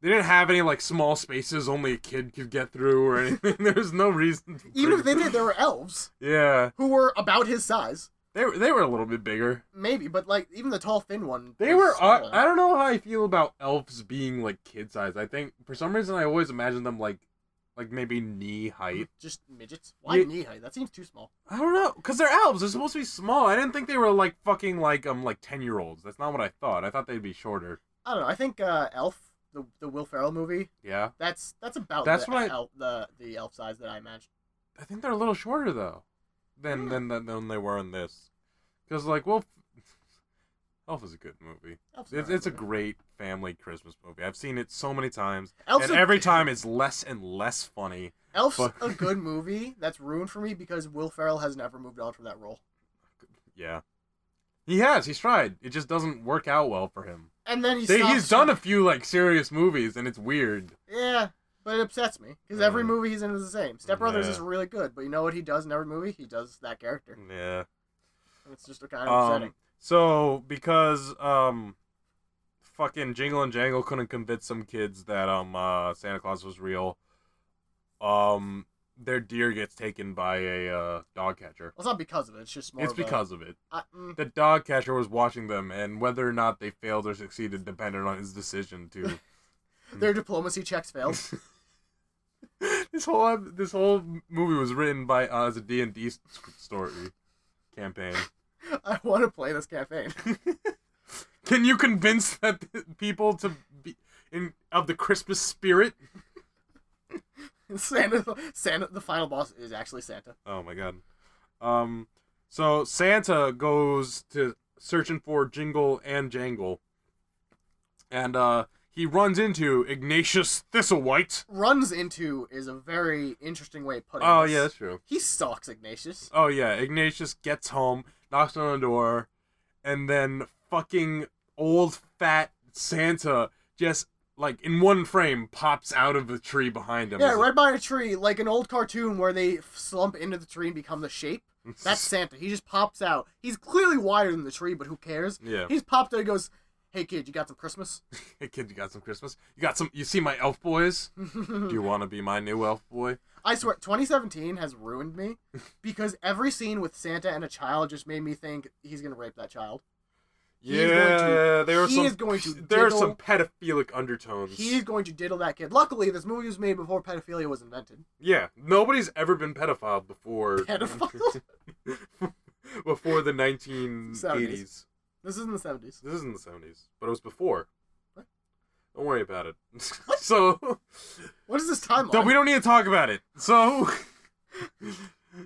S3: They didn't have any like small spaces only a kid could get through or anything. There's no reason. to
S2: Even if they
S3: bring-
S2: did, there were elves
S3: Yeah,
S2: who were about his size,
S3: they were they were a little bit bigger.
S2: maybe. But like even the tall, thin one.
S3: They
S2: was
S3: were. uh,
S2: smaller.
S3: I, I don't know how I feel about elves being like kid size. I think for some reason I always imagine them like, like maybe knee height.
S2: just midgets. Why
S3: Yeah.
S2: knee height? That seems too small.
S3: I don't know, cause they're elves. They're supposed to be small. I didn't think they were like fucking like um like ten year olds. That's not what I thought. I thought they'd be shorter.
S2: I don't know. I think uh, Elf, the the Will Ferrell movie,
S3: Yeah,
S2: that's that's about
S3: That's
S2: the,
S3: what I-
S2: elf, the the elf size that I imagine.
S3: I think they're a little shorter though, than
S2: Hmm.
S3: than than, than they were in this. Cause like well, Elf is a good movie.
S2: Elf's
S3: It's
S2: not
S3: it's a
S2: bad.
S3: great family Christmas movie. I've seen it so many times,
S2: Elf's
S3: and
S2: a-
S3: every time it's less and less funny.
S2: Elf's
S3: Fuck.
S2: a good movie. That's ruined for me because Will Ferrell has never moved on from that role.
S3: Yeah, He has. He's tried. It just doesn't work out well for him.
S2: And then he
S3: They-
S2: stops
S3: he's done a
S2: doing
S3: few like serious movies, and it's weird.
S2: it. Yeah, but it upsets me because every
S3: Mm.
S2: movie he's in is the same. Step Brothers
S3: Yeah.
S2: is really good, but you know what he does in every movie? He does that character.
S3: Yeah.
S2: And it's just kind of upsetting.
S3: Um, so because um, fucking Jingle and Jangle couldn't convince some kids that um uh, Santa Claus was real, um their deer gets taken by a uh, dog catcher.
S2: Well, it's not because of it. It's just more.
S3: It's
S2: of a-
S3: because of it.
S2: I- mm,
S3: The dog catcher was watching them, and whether or not they failed or succeeded depended on his decision to. Mm.
S2: their diplomacy checks failed.
S3: this whole ep- this whole movie was written by uh, as a D and D story campaign.
S2: I want to play this campaign.
S3: Can you convince that th- people to be in of the Christmas spirit?
S2: Santa, Santa, the final boss is actually Santa.
S3: Oh my god. Um, so Santa goes to searching for Jingle and Jangle, and uh, he runs into Ignatius Thistlewhite.
S2: Runs into is a very interesting way of putting
S3: Oh
S2: this.
S3: yeah, that's true.
S2: He stalks Ignatius.
S3: Oh yeah, Ignatius gets home, knocks on the door, and then fucking old fat Santa just like in one frame pops out of the tree behind him.
S2: Yeah, right by a tree, like an old cartoon where they f- slump into the tree and become the shape. That's Santa. He just pops out. He's clearly wider than the tree, but who cares?
S3: yeah.
S2: He's popped out and goes, Hey kid, you got some Christmas?
S3: Hey kid, you got some Christmas? You got some? You see my elf boys?
S2: Hmm.
S3: Do you want to be my new elf boy?
S2: I swear, 2017 has ruined me because every scene with Santa and a child just made me think he's going to rape that child. He is going to-
S3: Yeah, there are
S2: he
S3: some.
S2: is going to
S3: there are some
S2: diddle-
S3: pedophilic undertones.
S2: He's going to diddle that kid. Luckily, this movie was made before pedophilia was invented.
S3: Yeah, nobody's ever been pedophile before.
S2: Pedophile?
S3: before the 1980s.
S2: Seventies. This is in the 70s.
S3: This is in the seventies, but it was before.
S2: What?
S3: Don't worry about it. so
S2: What is this timeline?
S3: No, we don't need to talk about it. So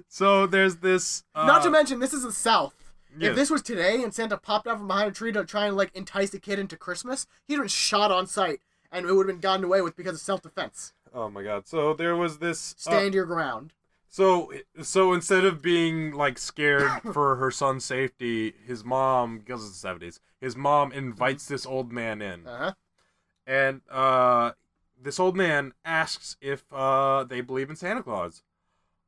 S3: so there's this. Uh,
S2: Not to mention, this is the South.
S3: yes.
S2: If this was today and Santa popped out from behind a tree to try and like entice a kid into Christmas, he'd been shot on sight and it would have been gotten away with because of self defense.
S3: Oh my god! So there was this. uh,
S2: Stand your ground.
S3: so so instead of being like scared for her son's safety, his mom because it's the seventies. His mom invites this old man in,
S2: Uh huh.
S3: and uh, this old man asks if uh, they believe in Santa Claus.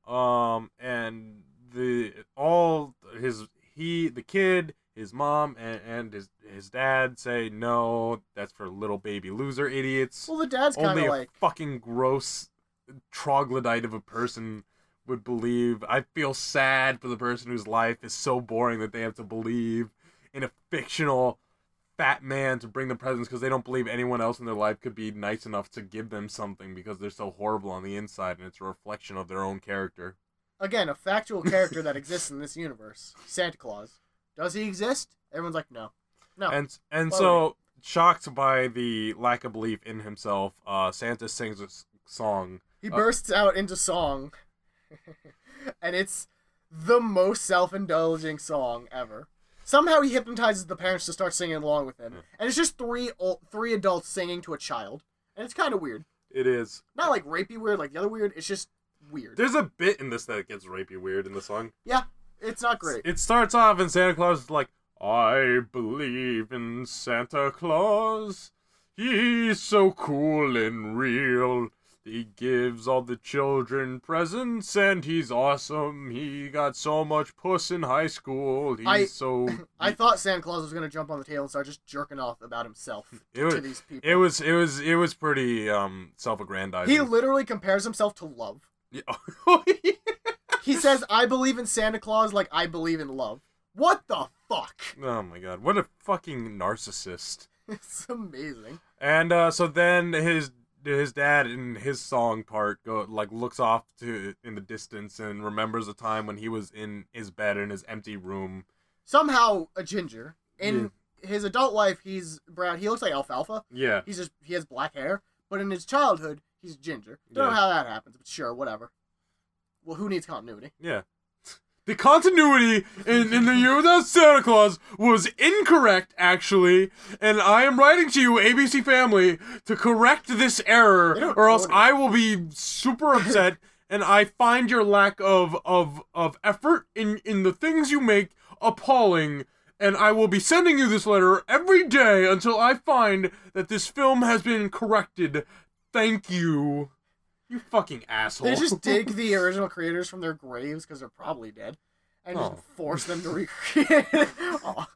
S3: Um, and the all his he the kid, his mom, and, and his his dad say no. That's for little baby loser idiots.
S2: Well, the dad's kind
S3: Only
S2: of
S3: a
S2: like,
S3: fucking gross troglodyte of a person would believe. I feel sad for the person whose life is so boring that they have to believe in a fictional fat man to bring the presents because they don't believe anyone else in their life could be nice enough to give them something because they're so horrible on the inside and it's a reflection of their own character.
S2: again, a factual character that exists in this universe Santa Claus. Does he exist? Everyone's like, no. No.
S3: And and
S2: Why
S3: so shocked by the lack of belief in himself, uh, Santa sings a s- song.
S2: he
S3: uh,
S2: bursts out into song, and it's the most self indulging song ever. Somehow he hypnotizes the parents to start singing along with him, and it's just three old, three adults singing to a child, and it's kind of weird.
S3: It is.
S2: Not like rapey weird, like the other weird. It's just weird.
S3: There's a bit in this that gets rapey weird in the song.
S2: Yeah, it's not great.
S3: It starts off and Santa Claus is like, I believe in Santa Claus. He's so cool and real. He gives all the children presents and he's awesome. He got so much puss in high school. He's
S2: I-
S3: so
S2: I thought Santa Claus was gonna jump on the table and start just jerking off about himself
S3: It was-
S2: to these people.
S3: it was it was it was pretty um self-aggrandizing.
S2: he literally compares himself to love.
S3: Yeah.
S2: He says, "I believe in Santa Claus like I believe in love." What the fuck?
S3: oh my god, what a fucking narcissist.
S2: It's amazing.
S3: And uh, so then his his dad in his song part go like looks off to in the distance and remembers a time when he was in his bed in his empty room.
S2: somehow a ginger in his adult life he's brown he looks like alfalfa
S3: Yeah,
S2: he's just he has black hair but in his childhood he's ginger don't know
S3: Yeah.
S2: how that happens but sure whatever well who needs continuity
S3: yeah. The continuity in, in the year without Santa Claus was incorrect, actually, and I am writing to you, ABC Family, to correct this
S2: They
S3: error,
S2: don't
S3: or else
S2: own it.
S3: I will be super upset, and I find your lack of of of effort in in the things you make appalling and I will be sending you this letter every day until I find that this film has been corrected. Thank you. You fucking asshole.
S2: They just dig the original creators from their graves because they're probably dead, and
S3: Oh.
S2: just force them to recreate. it. oh.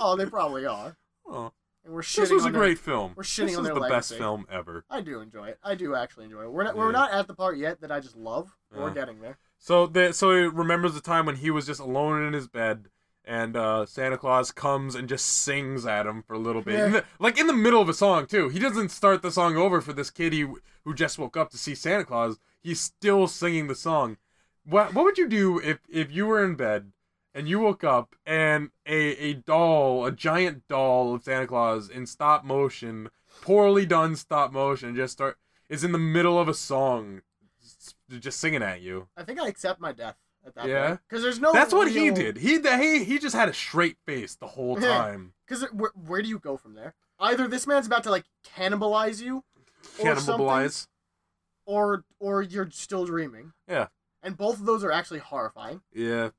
S2: oh, they probably are.
S3: Oh,
S2: And we're shitting
S3: this was
S2: on
S3: a
S2: their-
S3: great film.
S2: we're shitting
S3: This
S2: on
S3: is
S2: their
S3: the best
S2: legacy.
S3: film ever.
S2: I do enjoy it. I do actually enjoy it. We're not,
S3: Yeah. Uh-huh.
S2: we're not at the part yet that I just love. but We're
S3: Yeah.
S2: getting there.
S3: So they, so he remembers the time when he was just alone in his bed, and uh, Santa Claus comes and just sings at him for a little bit,
S2: Yeah.
S3: In the- like in the middle of a song too. He doesn't start the song over for this kid he, who just woke up to see Santa Claus. He's still singing the song. What what would you do if if you were in bed and you woke up and a a doll, a giant doll of Santa Claus in stop motion, poorly done stop motion, just start is in the middle of a song, s- just singing at you.
S2: I think I accept my death at that
S3: Yeah.
S2: Because there's Oh, no.
S3: That's what he
S2: real-
S3: did. He he he just had a straight face the whole time.
S2: Because where, where do you go from there? Either this man's about to like cannibalize you, Or something.
S3: Cannibalize.
S2: or or you're still dreaming.
S3: Yeah.
S2: And both of those are actually horrifying.
S3: Yeah.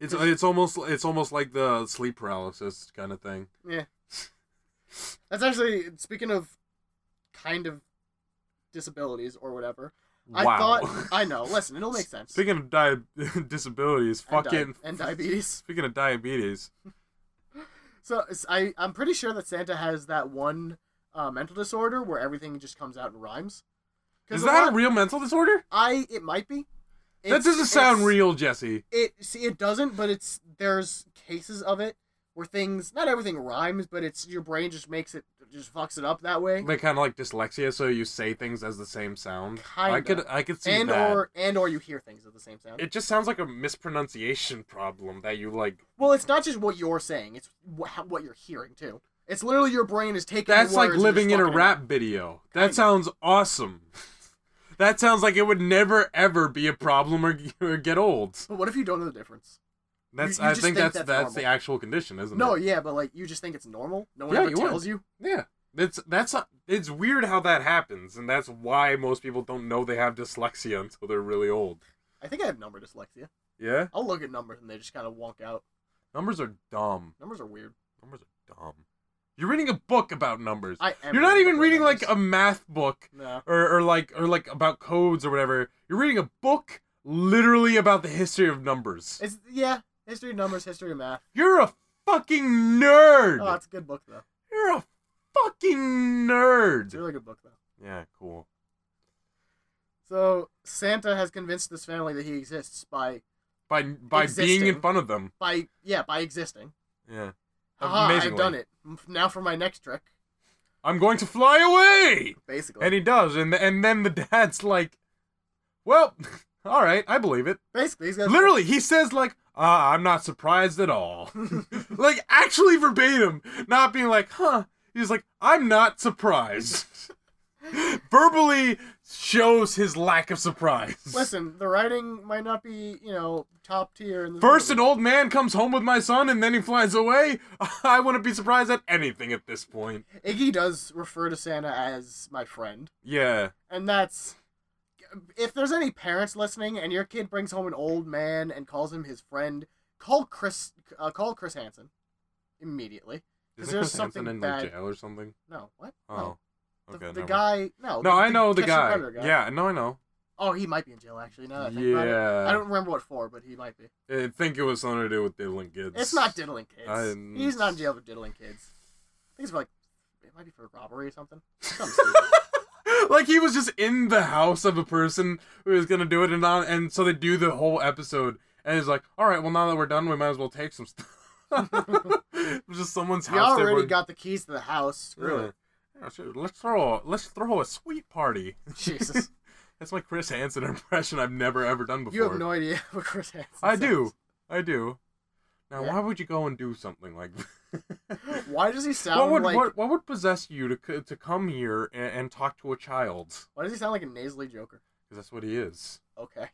S3: It's it's almost it's almost like the sleep paralysis kind of thing.
S2: That's actually speaking of kind of disabilities or whatever. I thought I know. Listen, it'll make sense.
S3: Speaking of di- disabilities,
S2: And di-
S3: fucking
S2: and diabetes.
S3: Speaking of diabetes,
S2: So it's- I I'm pretty sure that Santa has that one uh, mental disorder where everything just comes out in rhymes. 'Cause
S3: is
S2: a
S3: that
S2: lot-
S3: a real mental disorder?
S2: I it might be.
S3: That
S2: It's-
S3: doesn't sound
S2: it's-
S3: real, Jesse.
S2: It see it doesn't, but it's there's cases of it where things not everything rhymes, but it's your brain just makes it just fucks it up that way.
S3: Like kind of like dyslexia, so you say things as the same sound. I
S2: Kinda.
S3: could I could see
S2: and
S3: that.
S2: or and or you hear things at the same sound.
S3: it just sounds like a mispronunciation problem that you like
S2: well, it's not just what you're saying; it's wh- how- what you're hearing too. It's literally your brain is taking.
S3: That's
S2: the
S3: like
S2: words and
S3: living
S2: just
S3: in a
S2: fucking
S3: rap video. That
S2: Kinda.
S3: sounds awesome. that sounds like it would never ever be a problem or, or get old.
S2: it. But what if you don't know the difference?
S3: That's
S2: You-
S3: I
S2: you just
S3: think,
S2: think
S3: that's
S2: that's
S3: that's, the
S2: normal.
S3: actual condition, isn't
S2: No,
S3: it?
S2: yeah, but like you just think it's normal. No one
S3: Yeah,
S2: ever
S3: you would.
S2: tells you.
S3: Yeah. It's that's a, it's weird how that happens, and that's why most people don't know they have dyslexia until they're really old.
S2: I think I have number dyslexia.
S3: Yeah.
S2: I'll look at numbers and they just kind of wonk out.
S3: Numbers are dumb.
S2: Numbers are weird.
S3: Numbers are dumb. You're reading a book about numbers.
S2: I am.
S3: You're not even
S2: about
S3: reading like
S2: numbers.
S3: a math book
S2: No.
S3: or, or like or like about codes or whatever. You're reading a book literally about the history of numbers.
S2: It's yeah. History of numbers, history of math.
S3: You're a fucking nerd.
S2: Oh, it's a good book though.
S3: You're a fucking
S2: It's
S3: nerd.
S2: a really good book though.
S3: yeah, cool.
S2: So Santa has convinced this family that he exists by
S3: By by being in
S2: Existing.
S3: front of them.
S2: by yeah by existing.
S3: Yeah.
S2: Haha, I've
S3: Amazingly.
S2: done it. Now for my next trick,
S3: I'm going to fly away.
S2: basically.
S3: And he does, and and then the dad's like, "Well, all right, I believe it."
S2: basically, he's gonna
S3: Literally, he says like, "Ah, I'm not surprised at all." like actually verbatim, not being like, "Huh." He's like, "I'm not surprised." Verbally shows his lack of surprise.
S2: Listen, the writing might not be you know top tier. In this
S3: First, an
S2: movie.
S3: old man comes home with my son, and then he flies away. I wouldn't be surprised at anything at this point.
S2: Iggy does refer to Santa as my friend,
S3: Yeah,
S2: and that's if there's any parents listening and your kid brings home an old man and calls him his friend, call Chris, uh, call Chris Hansen immediately. Is
S3: Isn't
S2: there
S3: Chris
S2: something
S3: Hansen in
S2: bad-
S3: like jail or something?
S2: No, what?
S3: Oh,
S2: No.
S3: okay.
S2: the, the
S3: never mind.
S2: guy, no.
S3: No, I know the
S2: catching
S3: guy.
S2: predator
S3: Yeah, no, I know.
S2: Oh, he might be in jail actually. Now that I Uh, think about it.
S3: yeah,
S2: I don't remember what for, but he might be.
S3: I think it was something to do with diddling kids.
S2: It's not diddling kids.
S3: I'm-
S2: He's not in jail for diddling kids. I think it's for like it might be for robbery or something. Something
S3: like he was just in the house of a person who was gonna do it, and on, and so they do the whole episode, and he's like, "All right, well now that we're done, we might as well take some stuff." it was just someone's
S2: stupid. we
S3: house. they
S2: already
S3: were-
S2: got the keys to the house. Screw
S3: Yeah.
S2: it.
S3: Yeah, sure. Let's throw a let's throw a sweet party.
S2: Jesus,
S3: That's my Chris Hansen impression I've never ever done before.
S2: you have no idea what Chris Hansen.
S3: I do,
S2: sounds.
S3: I do. Now,
S2: Yeah.
S3: why would you go and do something like that?
S2: Why does he sound
S3: what would
S2: like?
S3: what, what would possess you to c- to come here and, and talk to a child?
S2: Why does he sound like a nasally Joker?
S3: Because that's what he is.
S2: Okay,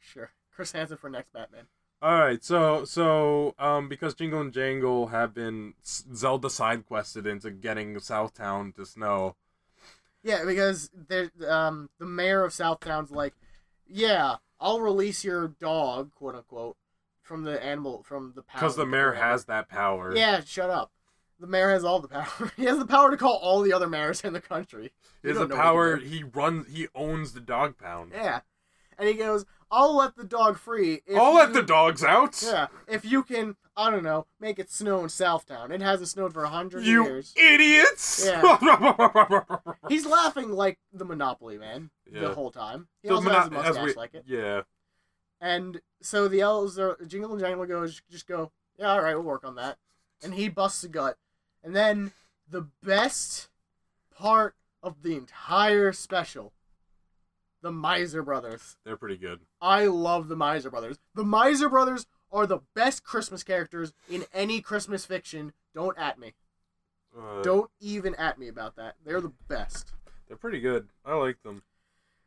S2: sure. Chris Hansen for next Batman.
S3: All right, so so um, because Jingle and Jangle have been s- Zelda side quested into getting Southtown to snow.
S2: Yeah, because there, um, the mayor of Southtown's like, yeah, I'll release your dog, quote unquote, from the animal from the power.
S3: Because the
S2: that
S3: mayor
S2: they have.
S3: has that power.
S2: Yeah, shut up. The mayor has all the power. he has the power to call all the other mayors in the country.
S3: He
S2: You
S3: has the
S2: don't know what to
S3: power.
S2: do.
S3: He runs. He owns the dog pound.
S2: Yeah, and he goes, "I'll let the dog free." If
S3: I'll let
S2: you-
S3: the dogs out.
S2: Yeah, if you can, I don't know, make it snow in Southtown. It hasn't snowed for a hundred
S3: You
S2: years.
S3: idiots!
S2: Yeah.
S3: The
S2: He's laughing like the Monopoly man
S3: Yeah.
S2: the whole time. He
S3: The
S2: also has a
S3: mono- as
S2: mustache
S3: we-
S2: like it.
S3: Yeah.
S2: And so the elves are jingle and jangle goes just go, Yeah, alright, we'll work on that. And he busts a gut. And then the best part of the entire special. The Miser Brothers.
S3: They're pretty good.
S2: I love the Miser Brothers. The Miser Brothers are the best Christmas characters in any Christmas fiction. Don't at me.
S3: Uh,
S2: Don't even at me about that. They're the best.
S3: They're pretty good. I like them.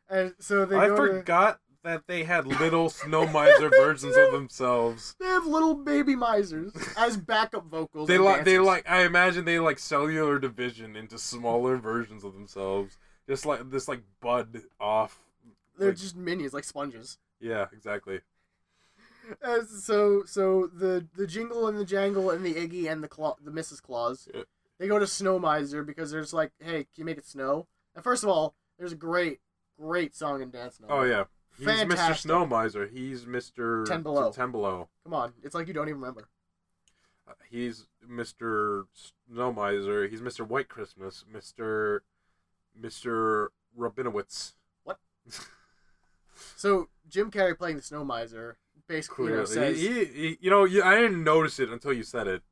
S2: And so they
S3: I
S2: go to-
S3: forgot that they had little snow miser versions of themselves.
S2: they have little baby misers as backup vocals.
S3: They
S2: and
S3: like they
S2: dancers.
S3: like I imagine they like cellular division into smaller versions of themselves. Just like this like bud off.
S2: They're
S3: Like-
S2: just minions, like sponges.
S3: Yeah, exactly.
S2: Uh, so, so the the jingle and the jangle and the Iggy and the Claw, the Mrs. Claus,
S3: Yeah.
S2: they go to Snow Miser because they're just like, hey, can you make it snow? And first of all, there's a great, great song and dance number.
S3: Oh yeah. He's Mr.
S2: Fantastic.
S3: Snow Miser. He's Mr.
S2: Ten Below.
S3: Ten Below.
S2: Come on, it's like you don't even remember.
S3: Uh, he's Mr. Snow Miser. He's Mr. White Christmas. Mr. Mr. Rabinowitz.
S2: So Jim Carrey playing the Snow Miser basically you know,
S3: Clearly,
S2: says,
S3: he, he- you know, you, I didn't notice it until you said it.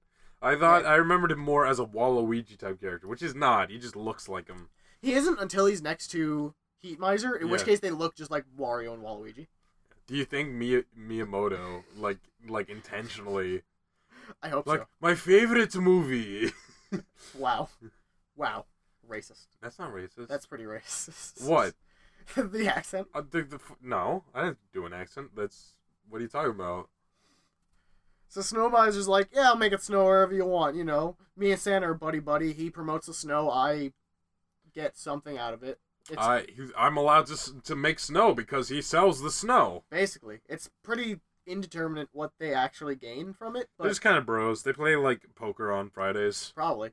S3: I thought I remembered him more as a Waluigi type character, which is not. He just looks like him.
S2: He isn't until he's next to Heat Miser, in which
S3: Yeah.
S2: case they look just like Wario and Waluigi.
S3: Do you think Mi- Miyamoto like like intentionally
S2: I hope
S3: like my favorite movie?
S2: so. Wow. Wow. Racist.
S3: That's not racist.
S2: That's pretty racist.
S3: what?
S2: the accent.
S3: Uh, the, the, f- no, I didn't do an accent. That's what are you talking about?
S2: So Snow Miser's like, yeah, I'll make it snow wherever you want, you know. Me and Santa are buddy buddy. He promotes the snow. I get something out of it. It's
S3: I he- I'm allowed to s- to make snow because he sells the snow.
S2: basically it's pretty indeterminate what they actually gain from it, but
S3: They're just kind of bros. They play like poker on Fridays.
S2: probably.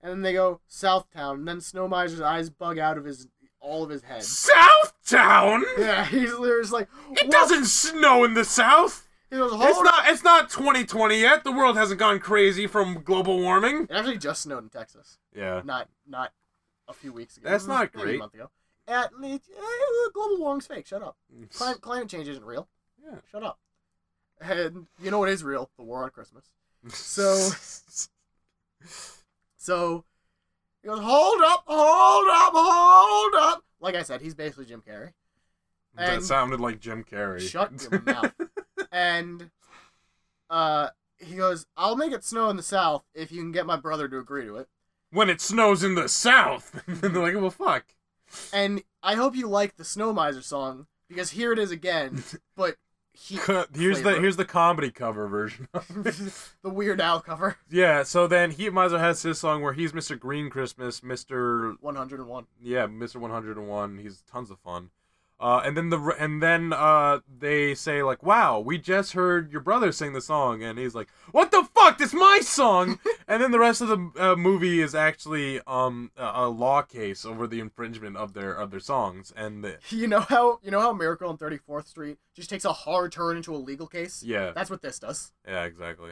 S2: And then they go Southtown, and then Snow Miser's eyes bug out of his all of his head.
S3: Southtown.
S2: Yeah, he's literally just like,
S3: It
S2: "What?"
S3: doesn't snow in the South.
S2: He goes, "Hold
S3: It's
S2: on."
S3: not. It's not 2020 yet. The world hasn't gone crazy from global warming.
S2: It actually just snowed in Texas.
S3: Yeah.
S2: Not not a few weeks ago.
S3: That's not
S2: Maybe
S3: great.
S2: A month ago. At least eh, global warming's fake. Shut up. Climate, climate change isn't real.
S3: Yeah.
S2: Shut up. And you know what is real? The war on Christmas. So- So he goes, hold up, hold up, hold up. Like I said, he's basically Jim Carrey.
S3: that
S2: and-
S3: sounded like Jim Carrey.
S2: Shut your mouth. And uh, he goes, I'll make it snow in the South if you can get my brother to agree to it.
S3: when it snows in the South, and they're like, "Well, fuck."
S2: And I hope you like the Snow Miser song because here it is again, but he,
S3: Here's the
S2: flavor.
S3: here's the comedy cover version. of it.
S2: the Weird Al cover.
S3: yeah. So then Heat Miser has his song where he's Mr. Green Christmas, Mr.
S2: 101.
S3: yeah, Mr. 101. He's tons of fun. Uh, and then the and then uh, they say like, "Wow, we just heard your brother sing the song," and he's like, "What the fuck? That's my song!" and then the rest of the uh, movie is actually um, a, a law case over the infringement of their of their songs, and the,
S2: You know how you know how Miracle on 34th Street just takes a hard turn into a legal case?
S3: yeah,
S2: That's what this does.
S3: yeah, exactly.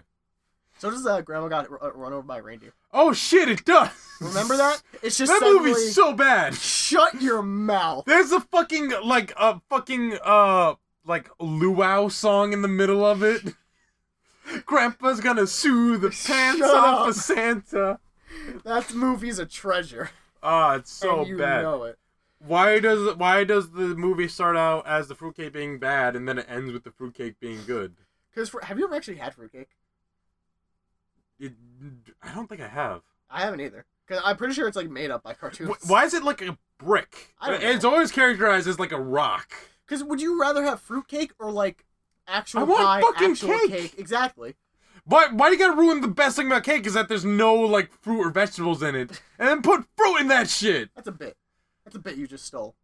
S2: So does uh, Grandma Got r- Run Over by a Reindeer.
S3: Oh shit, it does.
S2: Remember that? It's just
S3: that
S2: suddenly...
S3: movie's so bad.
S2: Shut your mouth.
S3: There's a fucking like a fucking uh like luau song in the middle of it. Grandpa's gonna sue the pants
S2: Shut
S3: off
S2: up.
S3: of Santa.
S2: That movie's a treasure.
S3: Ah, it's so
S2: and you
S3: bad.
S2: know it.
S3: Why does why does the movie start out as the fruitcake being bad and then it ends with the fruitcake being good?
S2: Cause for, have you ever actually had fruitcake?
S3: It, I don't think I have.
S2: I haven't either. Cause I'm pretty sure it's like made up by cartoons.
S3: Wh- Why is it like a brick?
S2: I don't
S3: It's always characterized as like a rock.
S2: Cause would you rather have fruitcake or like actual
S3: I want
S2: pie,
S3: fucking
S2: actual
S3: cake.
S2: Exactly.
S3: Why, why do you gotta ruin the best thing about cake is that there's no like fruit or vegetables in it, and then put fruit in that shit.
S2: That's a bit. That's a bit you just stole.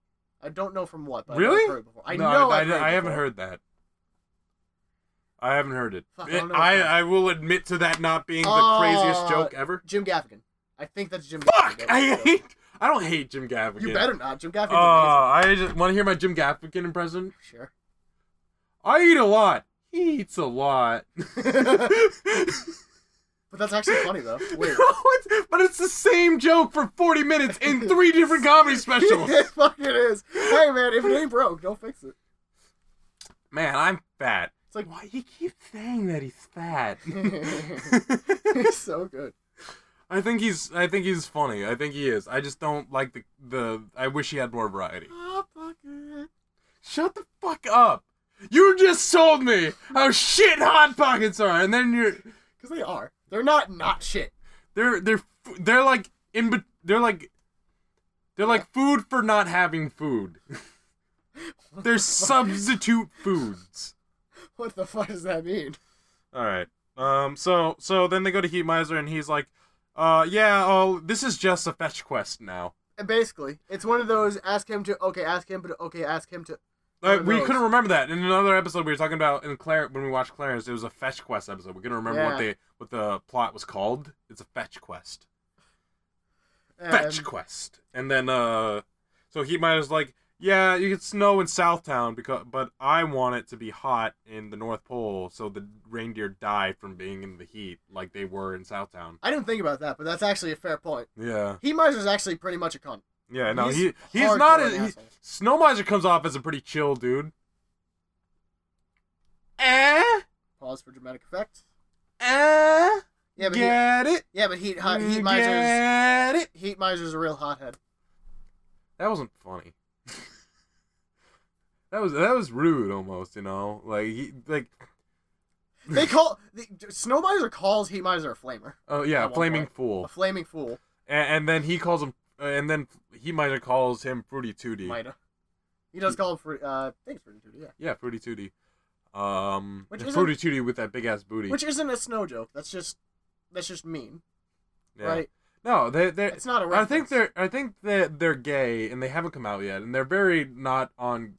S2: I don't know from what, but
S3: Really?
S2: I've heard it before. I
S3: No,
S2: know
S3: I,
S2: I've
S3: I- I
S2: it
S3: haven't
S2: before.
S3: heard that. I haven't heard it.
S2: Fuck, I
S3: It-
S2: don't know.
S3: I, I will admit to that not being the
S2: Uh,
S3: craziest joke ever.
S2: Jim Gaffigan. I think that's Jim.
S3: Fuck!
S2: Gaffigan.
S3: I hate. I don't hate Jim Gaffigan.
S2: You better not. Jim Gaffigan's
S3: Uh, I just want to hear my Jim Gaffigan impression.
S2: amazing. Sure.
S3: I eat a lot. He eats a lot.
S2: But that's actually funny though. Weird.
S3: What? but it's the same joke for 40 minutes in three different comedy specials.
S2: Fuck it is. Hey man, if it ain't broke, don't fix it.
S3: Man, I'm fat.
S2: It's like
S3: Why you keep saying that he's fat?
S2: it's so good.
S3: I think he's I think he's funny. I think he is. I just don't like the the I wish he had more variety.
S2: Ah, fuck it.
S3: Shut the fuck up. You just sold me how shit hot pockets are and then you're
S2: Because they are. They're not not shit.
S3: they're they're f- they're like in bet- they're like they're like food for not having food. they're substitute foods.
S2: What the fuck does that mean?
S3: All right. Um. So so then they go to Heat Miser and he's like, uh, yeah. Oh, this is just a fetch quest now.
S2: And basically, it's one of those ask him to okay, ask him to okay, ask him to.
S3: Uh,
S2: One of
S3: we
S2: those.
S3: couldn't remember that in another episode we were talking about in Claire when we watched Clarence. It was a fetch quest episode. We couldn't remember what
S2: Yeah.
S3: they what the plot was called. It's a fetch quest.
S2: And
S3: fetch quest. And then uh, so Heat Miser's like, yeah, you get snow in Southtown because, but I want it to be hot in the North Pole so the reindeer die from being in the heat like they were in Southtown.
S2: I didn't think about that, but that's actually a fair point.
S3: Yeah.
S2: He Miser's actually pretty much a cunt.
S3: Yeah, no,
S2: He's
S3: he he's
S2: hardcore
S3: not
S2: an
S3: a he,
S2: asshole.
S3: Snowmiser comes off as a pretty chill dude. Eh,
S2: Pause for dramatic effect.
S3: eh,
S2: Yeah, but he,
S3: get it, Mm,
S2: yeah, but Heat hot, Heat Miser's
S3: get it.
S2: Heat Miser's a real hothead.
S3: That wasn't funny. that was that was rude almost, you know, like he like
S2: They call the, Snow Miser calls Heat Miser a flamer,
S3: oh yeah,
S2: At one
S3: flaming
S2: point. a
S3: fool,
S2: flaming fool.
S3: and, and then he calls him, uh, and then he might have calls him fruity tootie.
S2: Mida. He does call him for uh things for duty, yeah.
S3: Yeah, fruity tootie. Um,
S2: Which isn't-
S3: fruity tootie with that big ass booty.
S2: Which isn't a snow joke. That's just that's just mean,
S3: yeah.
S2: right?
S3: No, they they
S2: It's not a
S3: I
S2: reference.
S3: think they're I think that they're gay and they haven't come out yet and they're very not on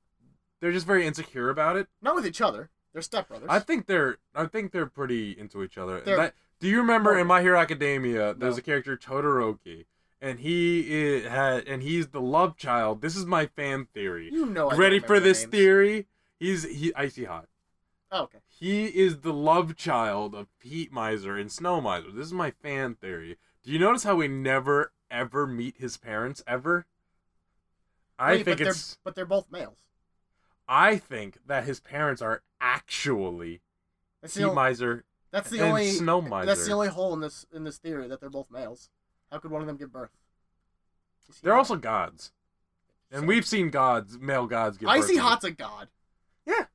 S3: they're just very insecure about it.
S2: not with each other. They're stepbrothers.
S3: I think they're I think they're pretty into each other.
S2: They're-
S3: That- do you remember in
S2: Totally.
S3: My Hero Academia there's
S2: No.
S3: a character Todoroki and he i- had and he's the love child. This is my fan theory.
S2: you know. I don't
S3: Ready
S2: remember
S3: for
S2: their
S3: this
S2: names.
S3: theory? He's he icy hot.
S2: Oh, okay.
S3: He is the love child of Heat Miser and Snow Miser. This is my fan theory. Do you notice how we never ever meet his parents ever? I
S2: Wait,
S3: think
S2: but
S3: it's
S2: they're, but they're both males.
S3: I think that his parents are actually
S2: That's the,
S3: Heat
S2: only,
S3: Miser
S2: that's the
S3: and
S2: only
S3: Snow Miser.
S2: that's the only hole in this in this theory that they're both males. How could one of them give birth? Is he
S3: They're
S2: male?
S3: also gods. And
S2: So-
S3: we've seen gods, male gods give birth
S2: icy
S3: to-
S2: hot's a god.
S3: Yeah.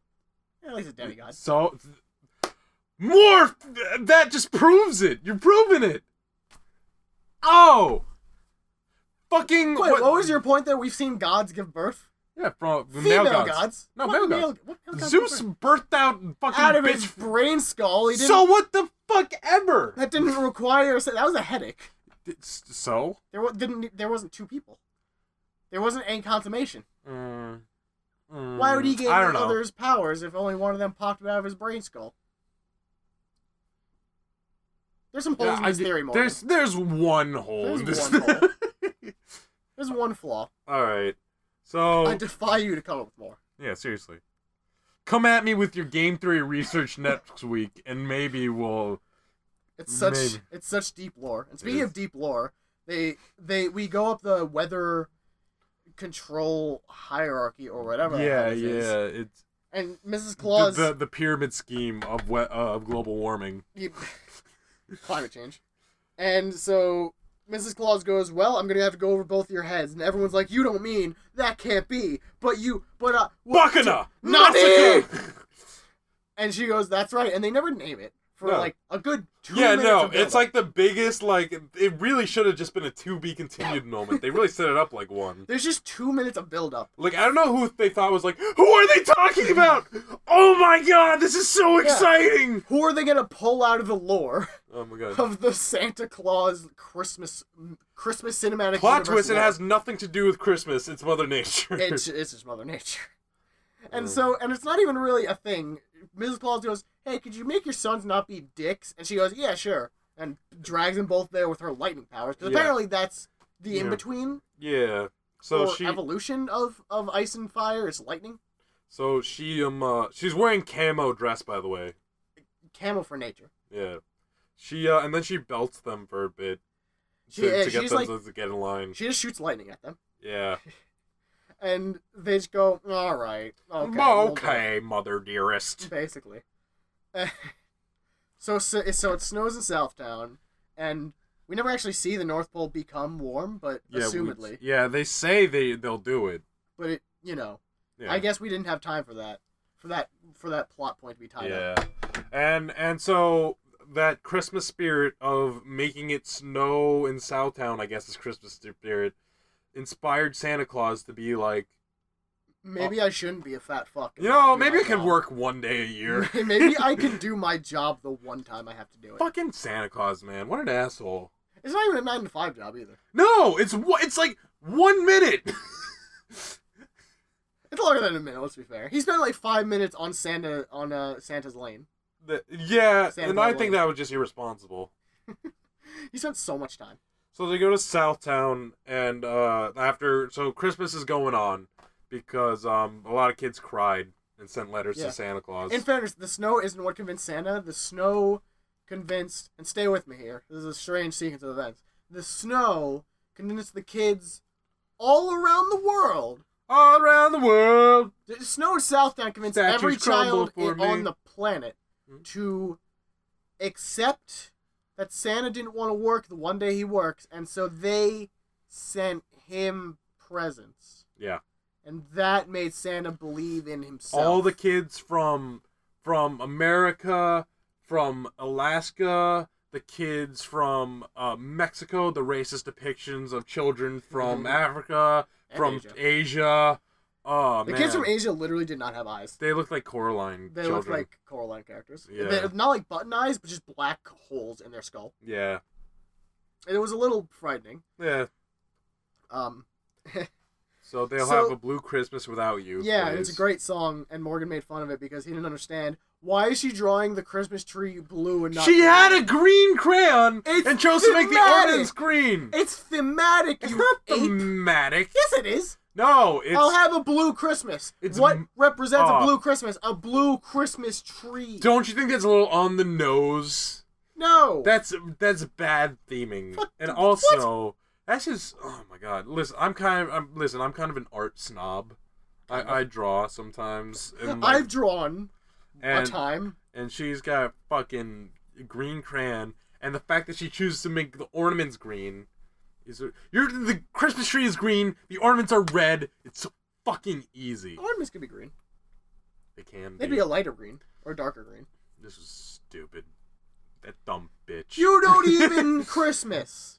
S2: yeah he's a demigod.
S3: So more that just proves it. You're proving it. Oh. Fucking
S2: Wait, what, was your point there? We've seen gods give birth.
S3: Yeah, from
S2: Female
S3: male gods. No, male
S2: What
S3: gods.
S2: Male, what male gods give
S3: Zeus
S2: birth?
S3: birthed out fucking
S2: out of his
S3: bitch.
S2: brain skull. He didn't,
S3: So what the fuck ever?
S2: that didn't require. That was a headache.
S3: It's- So?
S2: There wa- didn't. There wasn't two people. There wasn't any consummation.
S3: Mm, mm,
S2: Why would he gain
S3: I don't know.
S2: others' powers if only one of them popped out of his brain skull? There's some holes
S3: Yeah,
S2: in
S3: I
S2: this
S3: did-
S2: theory, Morgan.
S3: There's
S2: There's,
S3: there's one hole
S2: There's
S3: in this.
S2: one hole. one flaw.
S3: All right. So
S2: I defy you to come up with more.
S3: yeah, seriously. Come at me with your game theory research next week, and maybe we'll.
S2: It's such
S3: Maybe.
S2: it's such deep lore. And speaking
S3: is.
S2: of deep lore, they they we go up the weather control hierarchy or whatever. the
S3: yeah,
S2: hell this is.
S3: yeah. It's
S2: And Mrs.
S3: the,
S2: Claus
S3: the the pyramid scheme of we- uh, of global warming.
S2: You- climate change. And so Mrs. Claus goes, "Well, I'm gonna have to go over both your heads," and everyone's like, "You don't mean that can't be, but you, but uh." what-
S3: Wakana,
S2: Nani!
S3: Masaka!
S2: And she goes, "That's right," and they never name it for
S3: No.
S2: like a good two
S3: Yeah,
S2: minutes
S3: no,
S2: of
S3: it's
S2: build-up.
S3: like the biggest. Like it really should have just been a to be continued moment. They really set it up like one.
S2: there's just two minutes of build up.
S3: Like I don't know who they thought was like, who are they talking about? Oh my god, this is so exciting!
S2: Who are they gonna pull out of the lore
S3: Oh my god.
S2: of the Santa Claus Christmas Christmas cinematic
S3: Plot
S2: universe
S3: twist, it
S2: lore?
S3: has nothing to do with Christmas. It's Mother Nature.
S2: it's, it's just Mother Nature. And so, and it's not even really a thing. Mrs. Claus goes, "Hey, could you make your sons not be dicks?" And she goes, "Yeah, sure." And drags them both there with her lightning powers. 'Cause
S3: Yeah.
S2: apparently that's the
S3: Yeah.
S2: in between
S3: yeah. So
S2: or
S3: she
S2: evolution of of ice and fire is lightning.
S3: so she um uh, she's wearing camo dress by the way.
S2: Camel for nature.
S3: Yeah. She uh and then she belts them for a bit
S2: She,
S3: to,
S2: yeah,
S3: to get
S2: she's
S3: them
S2: like,
S3: to- to get in line.
S2: she just shoots lightning at them,
S3: Yeah.
S2: and they just go, "All right, okay, we'll do it."
S3: okay, mother dearest.
S2: basically. so, so so it snows in Southtown, and we never actually see the North Pole become warm, but
S3: Yeah, we-
S2: assumedly,
S3: yeah, they say they they'll do it.
S2: but it you know,
S3: Yeah.
S2: I guess we didn't have time for that, for that for that plot point to be tied up.
S3: Yeah, and and so that Christmas spirit of making it snow in Southtown, I guess, is Christmas spirit, inspired Santa Claus to be like,
S2: Maybe I shouldn't be a fat fuck. and
S3: Oh. you
S2: not
S3: know,
S2: do
S3: maybe
S2: my
S3: I could
S2: job.
S3: work one day a year.
S2: maybe I can do my job the one time I have to do it.
S3: Fucking Santa Claus, man, what an asshole.
S2: It's not even a nine to five job either.
S3: No, it's wha- it's like one minute.
S2: It's longer than a minute. Let's be fair. He spent like five minutes on Santa on uh, Santa's lane.
S3: The- yeah,
S2: Santa
S3: and I
S2: Claus.
S3: think that was just irresponsible.
S2: He spent so much time.
S3: So they go to Southtown, and uh, after so Christmas is going on because um, a lot of kids cried and sent letters
S2: Yeah.
S3: to Santa Claus.
S2: In fairness, the snow isn't what convinced Santa. The snow convinced, and stay with me here. This is a strange sequence of events. The snow convinced the kids all around the world.
S3: all around the world.
S2: The snow in Southdown convinced
S3: Statues
S2: every
S3: crumble
S2: child
S3: for
S2: i-
S3: me.
S2: on the planet
S3: Mhm.
S2: to accept that Santa didn't want to work the one day he works, and so they sent him presents.
S3: Yeah,
S2: And that made Santa believe in himself.
S3: all the kids from from America, from Alaska, the kids from uh, Mexico, the racist depictions of children from
S2: Mhm.
S3: Africa,
S2: And
S3: from Asia.
S2: Asia.
S3: Oh
S2: The
S3: man,
S2: kids from Asia literally did not have eyes.
S3: they look like Coraline.
S2: They
S3: children.
S2: look like Coraline characters.
S3: Yeah.
S2: They- not like button eyes, but just black holes in their skull.
S3: yeah,
S2: And it was a little frightening.
S3: yeah.
S2: Um,
S3: So they'll
S2: So-
S3: have a blue Christmas without you.
S2: yeah, and it's a
S3: please.
S2: great song, and Morgan made fun of it because he didn't understand why is she drawing the Christmas tree blue and not.
S3: She
S2: green?
S3: had a green crayon
S2: It's
S3: and chose to make the
S2: thematic.
S3: ornaments green.
S2: It's thematic.
S3: It's
S2: you
S3: not
S2: ape.
S3: thematic.
S2: yes, it is.
S3: No, it's
S2: I'll have a blue Christmas.
S3: It's
S2: what
S3: m-
S2: represents
S3: Aw.
S2: a blue Christmas? A blue Christmas tree.
S3: Don't you think that's a little on the nose?
S2: no.
S3: That's that's bad theming.
S2: What
S3: And
S2: the-
S3: also, that's just oh my god. Listen, I'm kind of I'm listen. I'm kind of an art snob.
S2: Uh-huh.
S3: I, I draw sometimes, and, like,
S2: I've drawn a
S3: and,
S2: time.
S3: and she's got fucking green crayon, and the fact that she chooses to make the ornaments green is you're the Christmas tree is green, the ornaments are red. It's so fucking easy.
S2: Ornaments could be green.
S3: They can
S2: They'd
S3: be.
S2: be a lighter green or a darker green.
S3: This is stupid. That dumb bitch.
S2: You don't even Christmas.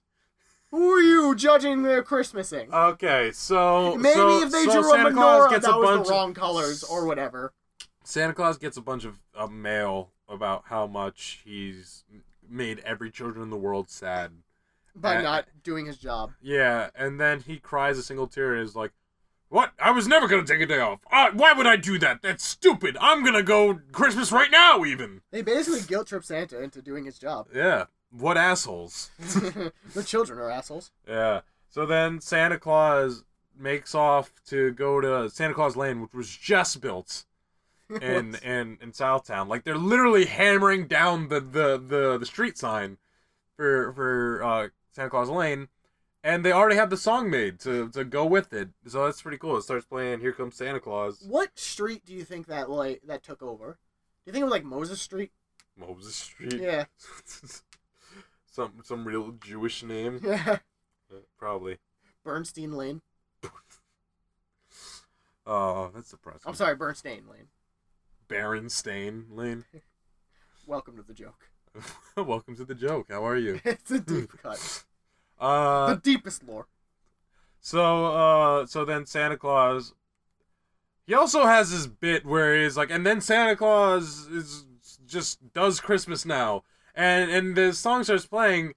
S2: Who are you judging their Christmasing?
S3: Okay, so
S2: Maybe
S3: Oh, so-
S2: if they
S3: so
S2: drew
S3: Santa
S2: a
S3: Claus
S2: menorah
S3: gets
S2: that
S3: a
S2: was
S3: bunch
S2: the wrong
S3: of,
S2: colors or whatever.
S3: Santa Claus gets a bunch of uh, mail about how much he's made every children in the world sad.
S2: By
S3: Uh,
S2: not doing his job.
S3: Yeah, and then he cries a single tear and is like, "What? I was never gonna take a day off. I, why would I do that? That's stupid. I'm gonna go Christmas right now, even."
S2: They basically guilt trip Santa into doing his job.
S3: Yeah, what assholes.
S2: the children are assholes.
S3: Yeah. So then Santa Claus makes off to go to Santa Claus Lane, which was just built in
S2: Whoops.
S3: in in Southtown. Like they're literally hammering down the the the, the street sign for for uh, Santa Claus Lane, and they already have the song made to to go with it. So that's pretty cool. It starts playing "Here Comes Santa Claus."
S2: What street do you think that like that took over? Do you think it was like Moses Street?
S3: Moses Street.
S2: Yeah.
S3: some some real Jewish name,
S2: Yeah.
S3: Uh, probably.
S2: Bernstein Lane.
S3: Oh, that's depressing.
S2: I'm sorry, Bernstein Lane.
S3: Berenstain Lane.
S2: Welcome to the joke.
S3: Welcome to the joke. How are you?
S2: it's a deep cut.
S3: Uh,
S2: the deepest lore.
S3: so uh, so then Santa Claus. He also has this bit where he's like, and then Santa Claus is just does Christmas now, and and the song starts playing,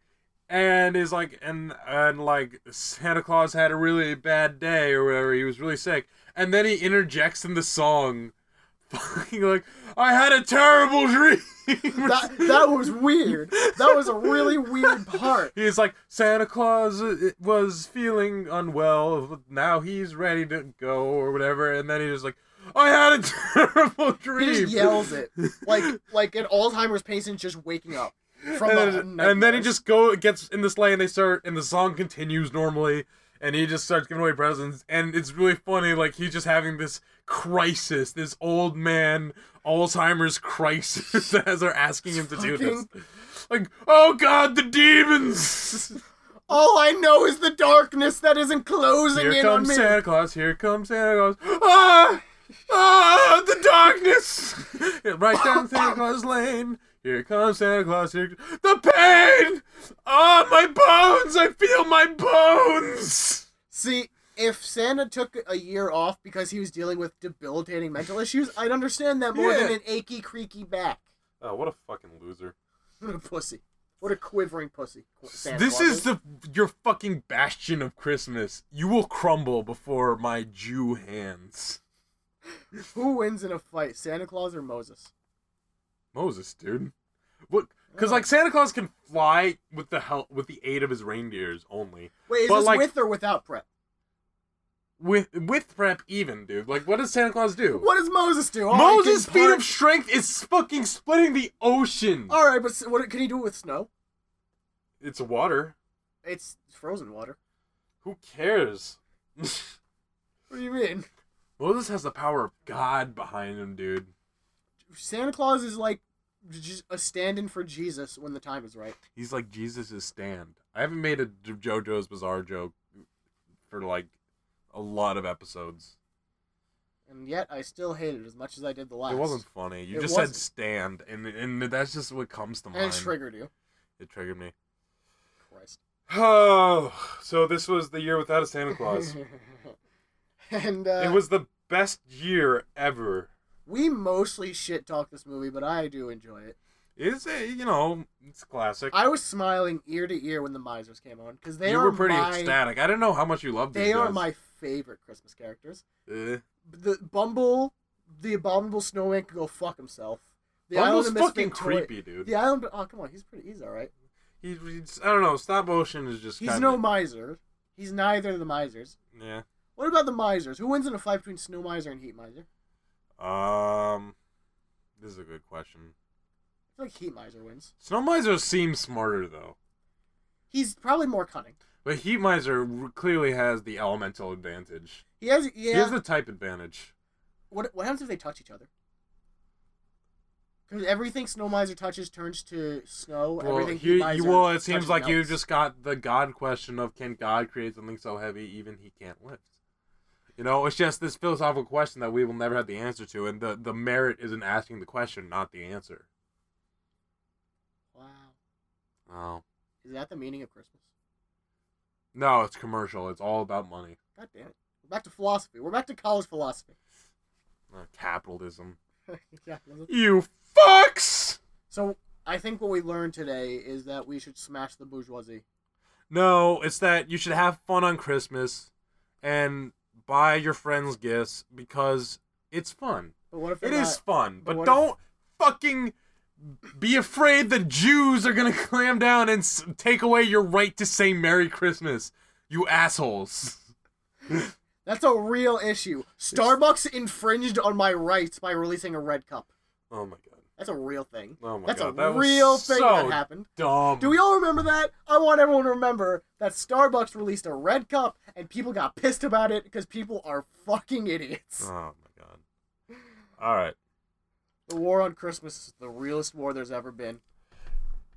S3: and is like, and and like Santa Claus had a really bad day or whatever. He was really sick, and then he interjects in the song, fucking like, I had a terrible dream.
S2: That that was weird. That was a really weird part.
S3: He's like, Santa Claus uh, was feeling unwell. Now he's ready to go or whatever. And then he just like, I had a terrible
S2: He
S3: dream.
S2: just yells it like like an Alzheimer's patient just waking up from
S3: and,
S2: a
S3: then, and then he just go gets in the sleigh and they start and the song continues normally and he just starts giving away presents and it's really funny like he's just having this crisis this old man alzheimer's crisis as they're asking him to do this like oh god the demons
S2: All I know is the darkness that is enclosing
S3: here
S2: in on
S3: comes
S2: me.
S3: santa claus here comes santa claus ah ah the darkness right down santa claus lane here comes Santa Claus. Here, the pain! Ah, my bones! I feel my bones!
S2: See, if Santa took a year off because he was dealing with debilitating mental issues, I'd understand that more than
S3: Yeah.
S2: an achy, creaky back.
S3: Oh, what a fucking loser!
S2: What a pussy. What a quivering pussy. Santa
S3: this
S2: Claus
S3: is the your fucking bastion of Christmas. You will crumble before my Jew hands.
S2: Who wins in a fight, Santa Claus or Moses?
S3: Moses, dude. What? Because like Santa Claus can fly with the help with the aid of his reindeers only.
S2: Wait, is
S3: But,
S2: this
S3: like-
S2: with or without prep?
S3: With with prep even, dude. Like, what does Santa Claus do?
S2: What does Moses do? All right,
S3: Moses'
S2: can
S3: feet
S2: part-
S3: of strength is fucking splitting the ocean.
S2: All right, but s- what can he do it with snow?
S3: It's water.
S2: It's frozen water.
S3: Who cares?
S2: What do you mean?
S3: Moses has the power of God behind him, dude.
S2: Santa Claus is like j- a stand-in for Jesus when the time is right.
S3: He's like Jesus' stand. I haven't made a J- JoJo's Bizarre joke for like a lot of episodes.
S2: And yet, I still hate it as much as I did the last.
S3: It wasn't funny. You
S2: It
S3: just
S2: wasn't.
S3: said stand, and and that's just what comes to
S2: And
S3: mind.
S2: it triggered you.
S3: It triggered me.
S2: Christ.
S3: Oh, so this was the year without a Santa Claus.
S2: and uh,
S3: it was the best year ever.
S2: we mostly shit talk this movie, but I do enjoy it.
S3: It's a you know it's classic.
S2: I was smiling ear to ear when the Misers came on because they
S3: you
S2: are
S3: were pretty
S2: my,
S3: ecstatic. I didn't know how much you loved
S2: They
S3: these
S2: are
S3: guys.
S2: my favorite Christmas characters.
S3: Eh.
S2: The Bumble, the abominable snowman, can go fuck himself. The
S3: Bumble's
S2: Island of
S3: fucking
S2: Misfit Toy-
S3: creepy, dude.
S2: The island. Oh come on, he's pretty. He's all right.
S3: He, he's, I don't know. Stop motion is just
S2: He's
S3: kinda,
S2: no miser. He's neither of the misers.
S3: yeah.
S2: What about the misers? Who wins in a fight between Snow Miser and Heat Miser?
S3: Um, this is a good question.
S2: I feel like Heat Miser wins.
S3: Snow Miser seems smarter though,
S2: He's probably more cunning.
S3: but Heat Miser r- clearly has the elemental advantage.
S2: He has. Yeah.
S3: He has the type advantage.
S2: What What happens if they touch each other? Because everything Snow Miser touches turns to snow.
S3: Well,
S2: everything
S3: here
S2: Heat
S3: you,
S2: Miser
S3: well, it
S2: touches
S3: seems like you
S2: melts.
S3: just got the God question of can God create something so heavy even he can't lift? You know, it's just this philosophical question that we will never have the answer to, and the, the merit is in asking the question, not the answer.
S2: Wow.
S3: Oh.
S2: Is that the meaning of Christmas?
S3: No, it's commercial. It's all about money.
S2: God damn it. We're back to philosophy. We're back to college philosophy.
S3: Not Uh, capitalism.
S2: yeah.
S3: You fucks!
S2: So I think what we learned today is that we should smash the bourgeoisie.
S3: No, it's that you should have fun on Christmas and buy your friends gifts because it's fun.
S2: But what if
S3: It
S2: they're
S3: is
S2: not-
S3: fun,
S2: but
S3: but,
S2: what
S3: don't fucking be afraid the Jews are gonna clam down and s- take away your right to say Merry Christmas, you assholes.
S2: That's a real issue. Starbucks infringed on my rights by releasing a red cup.
S3: Oh my god,
S2: That's a real thing.
S3: Oh my
S2: That's
S3: God,
S2: a
S3: that was
S2: real thing that
S3: so
S2: happened.
S3: dumb.
S2: Do we all remember that? I want everyone to remember that Starbucks released a red cup and people got pissed about it because people are fucking idiots.
S3: Oh my god. All right.
S2: The war on Christmas is the realest war there's ever been.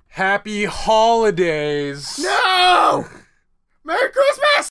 S3: Happy holidays.
S2: No! Merry Christmas!